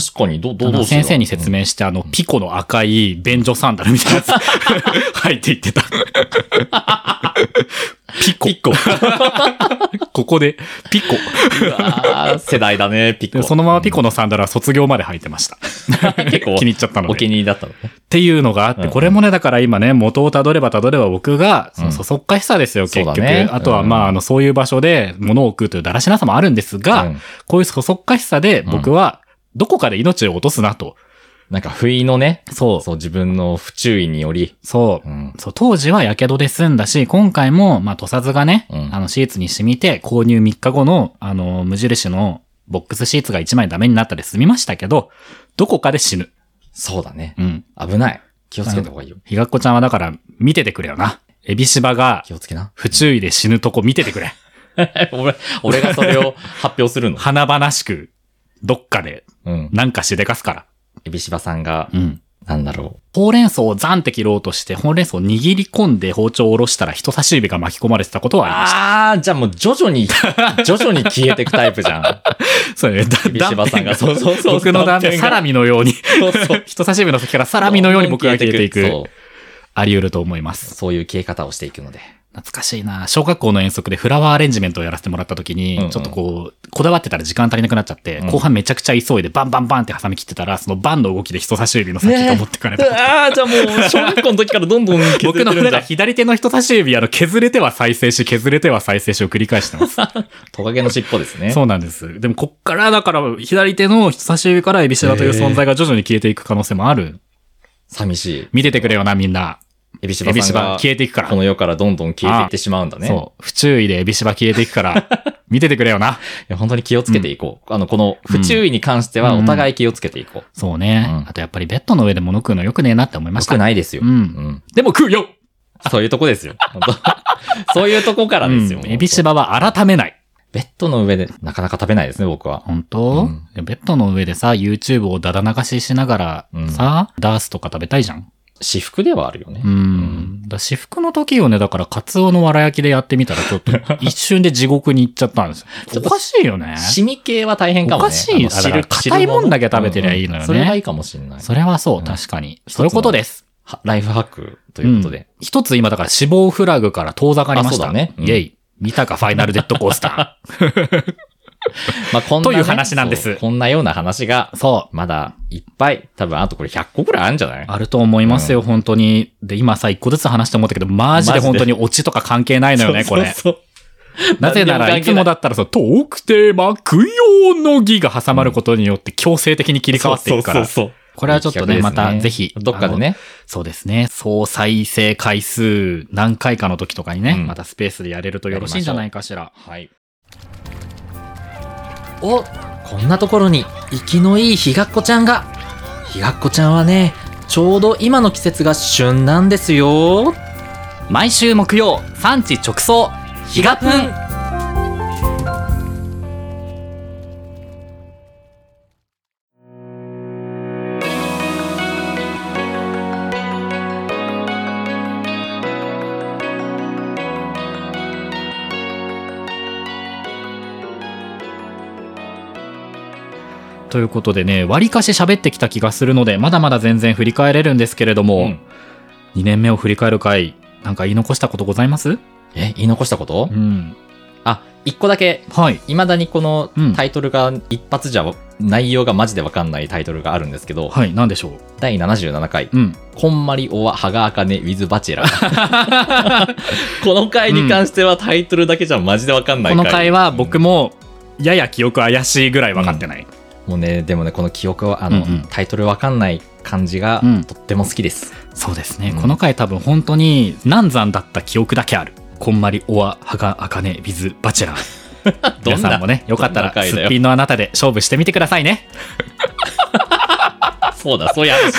Speaker 1: 確かに、ど、ど
Speaker 2: あ
Speaker 1: う、ど
Speaker 2: の
Speaker 1: うしよう
Speaker 2: 先生に説。明して、あの、ピコの赤い便所サンダルみ たいなやつ、履いていってた。ピコ。
Speaker 1: ピコ
Speaker 2: ここで、ピコ。
Speaker 1: うわー世代だね、ピッコ。
Speaker 2: でもそのままピコのサンダルは卒業まで履いてました。
Speaker 1: 結構
Speaker 2: 気に入っちゃったので。
Speaker 1: お気に入りだったのね。
Speaker 2: っていうのがあっ
Speaker 1: うん
Speaker 2: て、
Speaker 1: うん
Speaker 2: これもね、だから今ね、元をたどればたどれば僕が、そ
Speaker 1: うん
Speaker 2: の、そそっかしさですよ、結
Speaker 1: そう
Speaker 2: 局。
Speaker 1: だね
Speaker 2: あとは、
Speaker 1: うん
Speaker 2: まあ、あの、そういう場所で物を食うというだらしなさもあるんですが、
Speaker 1: うん
Speaker 2: こういうそそっかしさで
Speaker 1: ん
Speaker 2: 僕は、どこかで命を落とすなと。
Speaker 1: なんか、不意のね、
Speaker 2: そう。
Speaker 1: そう、自分の不注意により。
Speaker 2: そう。
Speaker 1: うん。
Speaker 2: そう、当時は火傷で済んだし、今回も、まあ、土佐図がね、
Speaker 1: うん
Speaker 2: あの、シーツに染みて、購入3日後の、あの、無印のボックスシーツが1枚ダメになったで済みましたけど、どこかで死ぬ。
Speaker 1: そうだね。
Speaker 2: うん。
Speaker 1: 危ない。気をつけた方がいいよ。
Speaker 2: ひがっこちゃんはだから、見ててくれよな。エビシバが、
Speaker 1: 気をつけ な。
Speaker 2: 不注意で死ぬとこ見ててくれ。
Speaker 1: 俺、俺がそれを発表するの。
Speaker 2: 華々しく、どっかで、
Speaker 1: うん。
Speaker 2: なんかしでかすから。
Speaker 1: エビシバさんが、
Speaker 2: うん。
Speaker 1: なんだろ
Speaker 2: ほうれん草をザンって切ろうとして、ほうれん草を握り込んで包丁を下ろしたら人差し指が巻き込まれてたこと
Speaker 1: う。
Speaker 2: はありまし
Speaker 1: ああ、じゃあもう徐々 に、徐々に消えていくタイプじゃん。
Speaker 2: た。そうね。だ
Speaker 1: 指柴さんが
Speaker 2: 断片
Speaker 1: そうそうそう
Speaker 2: 僕の
Speaker 1: 断
Speaker 2: 断
Speaker 1: 片
Speaker 2: 片、
Speaker 1: が
Speaker 2: サラミのように、
Speaker 1: そうそう。
Speaker 2: 人差し指の先からサラミのように僕が消えてい
Speaker 1: どん
Speaker 2: く
Speaker 1: どん消えていく。そう。
Speaker 2: あり得ると思います。
Speaker 1: そういう消え方をしていくので。
Speaker 2: 懐かしいな小学校の遠足でフラワーアレンジメントをやらせてもらった時に、
Speaker 1: うんうん
Speaker 2: ちょっとこう、こだわってたら時間足りなくなっちゃって、
Speaker 1: うん
Speaker 2: 後半めちゃくちゃ急いでバンバンバンって挟み切ってたら、そのバンの動きで人差し指の先
Speaker 1: ねえ
Speaker 2: と思ってかれた。
Speaker 1: ああ、じゃあもう、小学校の時からどんどん 削
Speaker 2: 僕のだから左手の人差し指、あの、削れては再生し、削れては再生しを繰り返してます。
Speaker 1: トカゲの尻尾ですね。
Speaker 2: そうなんです。でも、こっから、だから、左手の人差し指からエビシダという存在が徐々に消えていく可能性もある。
Speaker 1: 寂しい。
Speaker 2: 見ててくれよな、みんな。
Speaker 1: エビシ
Speaker 2: エ
Speaker 1: バ
Speaker 2: ビ
Speaker 1: さ
Speaker 2: シ
Speaker 1: んが
Speaker 2: バ、消えていくから。
Speaker 1: この世からどんどん消えていってしまうんだね。い
Speaker 2: そう。不注意でエビシバ 消えていくから、見ててくれよな。
Speaker 1: や本当に気をつけていこう。あの、この不注意に関しては
Speaker 2: うん
Speaker 1: お互い気をつけていこう。
Speaker 2: そうね。
Speaker 1: うん
Speaker 2: あと、やっぱりベッドの上で物食うのよくねえなって思いま
Speaker 1: ま
Speaker 2: し。
Speaker 1: したくないですよ。う
Speaker 2: う。
Speaker 1: んん。
Speaker 2: でも食うよ
Speaker 1: そういうとこですよ。本当 そういうとこからですよ。
Speaker 2: う
Speaker 1: も
Speaker 2: ん
Speaker 1: う
Speaker 2: エビシバは改めない。
Speaker 1: ベッドの上でなかなか食べないですね、僕は。
Speaker 2: 本当、
Speaker 1: うん
Speaker 2: でベッドの上でさ、YouTube をだだ流ししなが
Speaker 1: う
Speaker 2: ら
Speaker 1: ん
Speaker 2: さ、ダースとか食べたいじゃん。
Speaker 1: 私服ではあるよね。
Speaker 2: うん。だ私服の時をね、だから、カツオのわら焼きでやってみたら、ちょっ と、一瞬で地獄に行っちゃったんですよ。おかしいよね。
Speaker 1: シミ系は大変かもね。
Speaker 2: おかしい
Speaker 1: あの
Speaker 2: あだから硬いもんだけ食べてりゃいいの
Speaker 1: うん
Speaker 2: よね
Speaker 1: うんそれがいいかもしれない。
Speaker 2: それはそう、
Speaker 1: うん
Speaker 2: 確かに。
Speaker 1: つの
Speaker 2: そういうことです。
Speaker 1: はライフハックということで。
Speaker 2: 一つ今だから死亡フラグから遠ざかりました。
Speaker 1: あそうだねうん
Speaker 2: イェイ。見たかファイナルデッドコースタ
Speaker 1: まあ、こんなね
Speaker 2: という話なんです
Speaker 1: そうこんなような話が
Speaker 2: ー。、そう。
Speaker 1: まだいっぱい、多分あとこれ100個ぐらいあるんじゃない
Speaker 2: あると思いますよ、本当に。で、今さ、一個ずつ話して思ったけど、マジで本当にオチとか関係ないのよね、これ。
Speaker 1: そうそう
Speaker 2: なぜなら、いつもだったら、そう、トークテーマ、供養の儀が挟まることによって強制的に切り替わっていくから。
Speaker 1: そうそうそう
Speaker 2: これはちょっとね、
Speaker 1: いい
Speaker 2: ま
Speaker 1: 企画です
Speaker 2: たぜひ。
Speaker 1: どっかでね。
Speaker 2: そうですね。総再生回数何回かの時とかにね、
Speaker 1: うん
Speaker 2: またスペースでやれるとよろしいんじゃないかしら。
Speaker 1: はい。おこんなところに生きのいいひがっこちゃんがひがっこちゃんはねちょうど今の季節が旬なんですよ
Speaker 2: 毎週木曜、産地直送、
Speaker 1: ひがぷん
Speaker 2: ということでね、割かし喋ってきた気がするので、まだまだ全然振り返れるんですけれども、
Speaker 1: うん
Speaker 2: 2年目を振り返る回、なんか言い残したことございます
Speaker 1: え言い残したこと、
Speaker 2: うん。
Speaker 1: あ一個だけ
Speaker 2: はい。
Speaker 1: いまだにこの
Speaker 2: うん
Speaker 1: タイトルが一発じゃ内容がマジでわかんないタイトルがあるんですけど、
Speaker 2: はい、なんでしょう。
Speaker 1: 第77回
Speaker 2: うん。
Speaker 1: 「こんまりおははがあかね with バ チェラー」この回に関してはタイトルだけじゃマジでわかんない
Speaker 2: こ
Speaker 1: 回
Speaker 2: の回は僕も、やや記憶怪しいぐらい分かってない。
Speaker 1: もうね、でもね、この記憶は、あの、
Speaker 2: うんうん
Speaker 1: タイトルわかんない感じが
Speaker 2: うん、
Speaker 1: とっても好きです。
Speaker 2: そうですね、
Speaker 1: うん
Speaker 2: この回多分本当に難産だった記憶だけある。こんまりおわはがあかねビズバチ ェラー。皆さんもね、よかったら
Speaker 1: どんな回
Speaker 2: す
Speaker 1: だ
Speaker 2: っ
Speaker 1: よ
Speaker 2: ぴんのあなたで勝負してみてくださいね。
Speaker 1: あそうだ、そういう話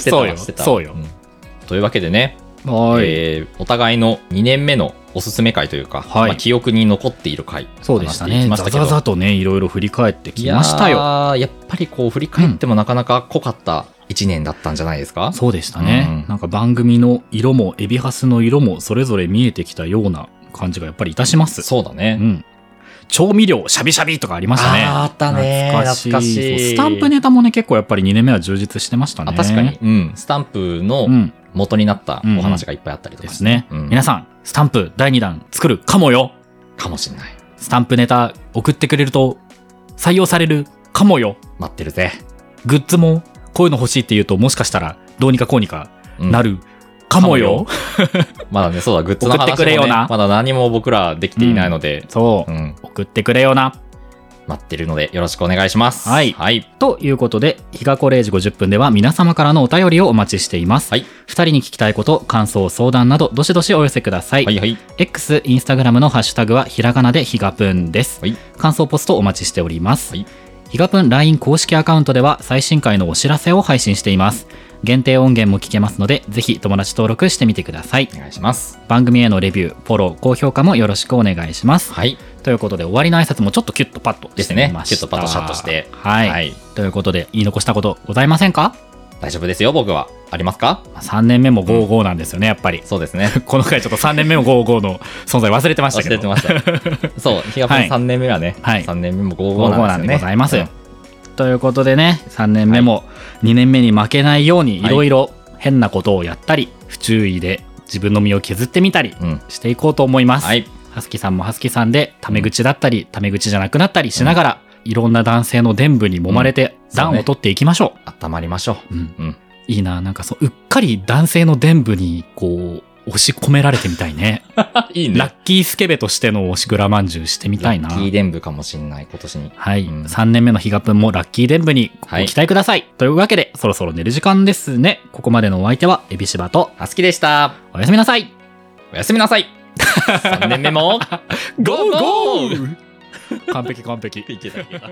Speaker 1: してた
Speaker 2: そう
Speaker 1: わ
Speaker 2: よ
Speaker 1: してたわ
Speaker 2: そうよ
Speaker 1: んというわけでね、
Speaker 2: は
Speaker 1: えーお互いの2年目のおすすめ回というか、
Speaker 2: はい
Speaker 1: まあ、記憶に残っている回、
Speaker 2: そうでした
Speaker 1: 話してい
Speaker 2: ね。
Speaker 1: きまし
Speaker 2: ざ
Speaker 1: たけ
Speaker 2: ざ
Speaker 1: ど。
Speaker 2: ざとね、いろいろ振り返ってき
Speaker 1: いやー
Speaker 2: ましたよ。。
Speaker 1: やっぱりこう、振り返ってもなかなか濃かった1年だったんじゃないですか、
Speaker 2: そうでしたね、
Speaker 1: うん
Speaker 2: なんか番組の色も、エビハスの色も、それぞれ見えてきたような感じがやっぱりいたします。
Speaker 1: そうだね。
Speaker 2: うん。調味料、シャビシャビとかありましたね。
Speaker 1: あーあったね懐かしい
Speaker 2: そうスタンプネタもね、結構やっぱり2年目は充実してましたね。
Speaker 1: あ確かに、。うん、スタンプの
Speaker 2: うん。
Speaker 1: 元になったお話がいっぱいあったりと
Speaker 2: で
Speaker 1: かし
Speaker 2: す
Speaker 1: て、
Speaker 2: ね、
Speaker 1: うん
Speaker 2: 皆さん、スタンプ第2弾作るかもよ。
Speaker 1: かもしれない。
Speaker 2: スタンプネタ送ってくれると採用されるかもよ。
Speaker 1: 待ってるぜ。
Speaker 2: グッズもこういうの欲しいって言うと、もしかしたらどうにかこうにか
Speaker 1: うん
Speaker 2: なるかもよ。
Speaker 1: かもよまだね、そうだ、グッズの話も、ね、
Speaker 2: 送ってくれよな
Speaker 1: まだ何も僕らできていないので、
Speaker 2: そうう。
Speaker 1: ん、
Speaker 2: 送ってくれよな。
Speaker 1: 待ってるのでよろしくお願いします。
Speaker 2: はい
Speaker 1: はい。
Speaker 2: ということで、日がこ0時50分では皆様からのお便りをお待ちしています。
Speaker 1: はい
Speaker 2: 2人に聞きたいこと、感想、相談など、どしどしお寄せください。
Speaker 1: はいはい。
Speaker 2: X、インスタグラムのハッシュタグはひらがなでひがぷんです。
Speaker 1: はい
Speaker 2: 感想ポストお待ちしております。
Speaker 1: はい
Speaker 2: ひがぷん LINE 公式アカウントでは最新回のお知らせを配信しています。限定音源も聞けますので、ぜひ友達登録してみてください。
Speaker 1: お願いします。
Speaker 2: 番組へのレビュー、フォロー、高評価もよろしくお願いします。
Speaker 1: はい。
Speaker 2: ということで、終わりの挨拶もちょっとキュッとパッとしてみました。
Speaker 1: ですねキュッとパッとシャッとして
Speaker 2: はい。
Speaker 1: はい
Speaker 2: ということで、言い残したことございませんか
Speaker 1: 大丈夫ですよ、僕は。ありますか
Speaker 2: ?3 年目も55なんですよね、やっぱり。
Speaker 1: そうですね。
Speaker 2: この回ちょっと3年目も55の 存在 忘れてました
Speaker 1: 忘
Speaker 2: け
Speaker 1: れ
Speaker 2: ど。
Speaker 1: てま した。そう、日が
Speaker 2: はい
Speaker 1: 3年目はね、
Speaker 2: はい
Speaker 1: 3年目も55
Speaker 2: 55
Speaker 1: な
Speaker 2: なんん
Speaker 1: ですよね。
Speaker 2: でございます
Speaker 1: うん
Speaker 2: よ。ということでね、3年目も2年目に負けないように
Speaker 1: はい
Speaker 2: いろいろ変なことをやったり、不注意で自分の身を削ってみたり
Speaker 1: うん
Speaker 2: していこうと思います。
Speaker 1: はい。
Speaker 2: はすきさんもはすきさんで、タメ口だったり、タメ口じゃなくなったりしながら、いろんな男性の伝部に揉まれて、
Speaker 1: うんそう
Speaker 2: 暖
Speaker 1: ね
Speaker 2: を取っていきましょ
Speaker 1: 温まりましょ
Speaker 2: う。うん
Speaker 1: う。うん。
Speaker 2: いいな、なんかそう、うっかり男性の伝部に、こう、押し込められてみたいね。
Speaker 1: いい
Speaker 2: ラッキースケベとしての押しグラまんじゅうしてみたいな。
Speaker 1: ラッキー伝部かもしんない、今年に。
Speaker 2: はい、
Speaker 1: うん
Speaker 2: 3年目のヒガプンもラッキー伝部にご
Speaker 1: はい
Speaker 2: 期待ください、というわけでそろそろ寝る時間ですねここまでのお相手はエビシバと
Speaker 1: あすきでした。
Speaker 2: おやすみなさい
Speaker 1: おやすみなさ い。3年目も。
Speaker 2: ゴ
Speaker 1: ーゴ
Speaker 2: ー 完璧完璧
Speaker 1: いけたいけた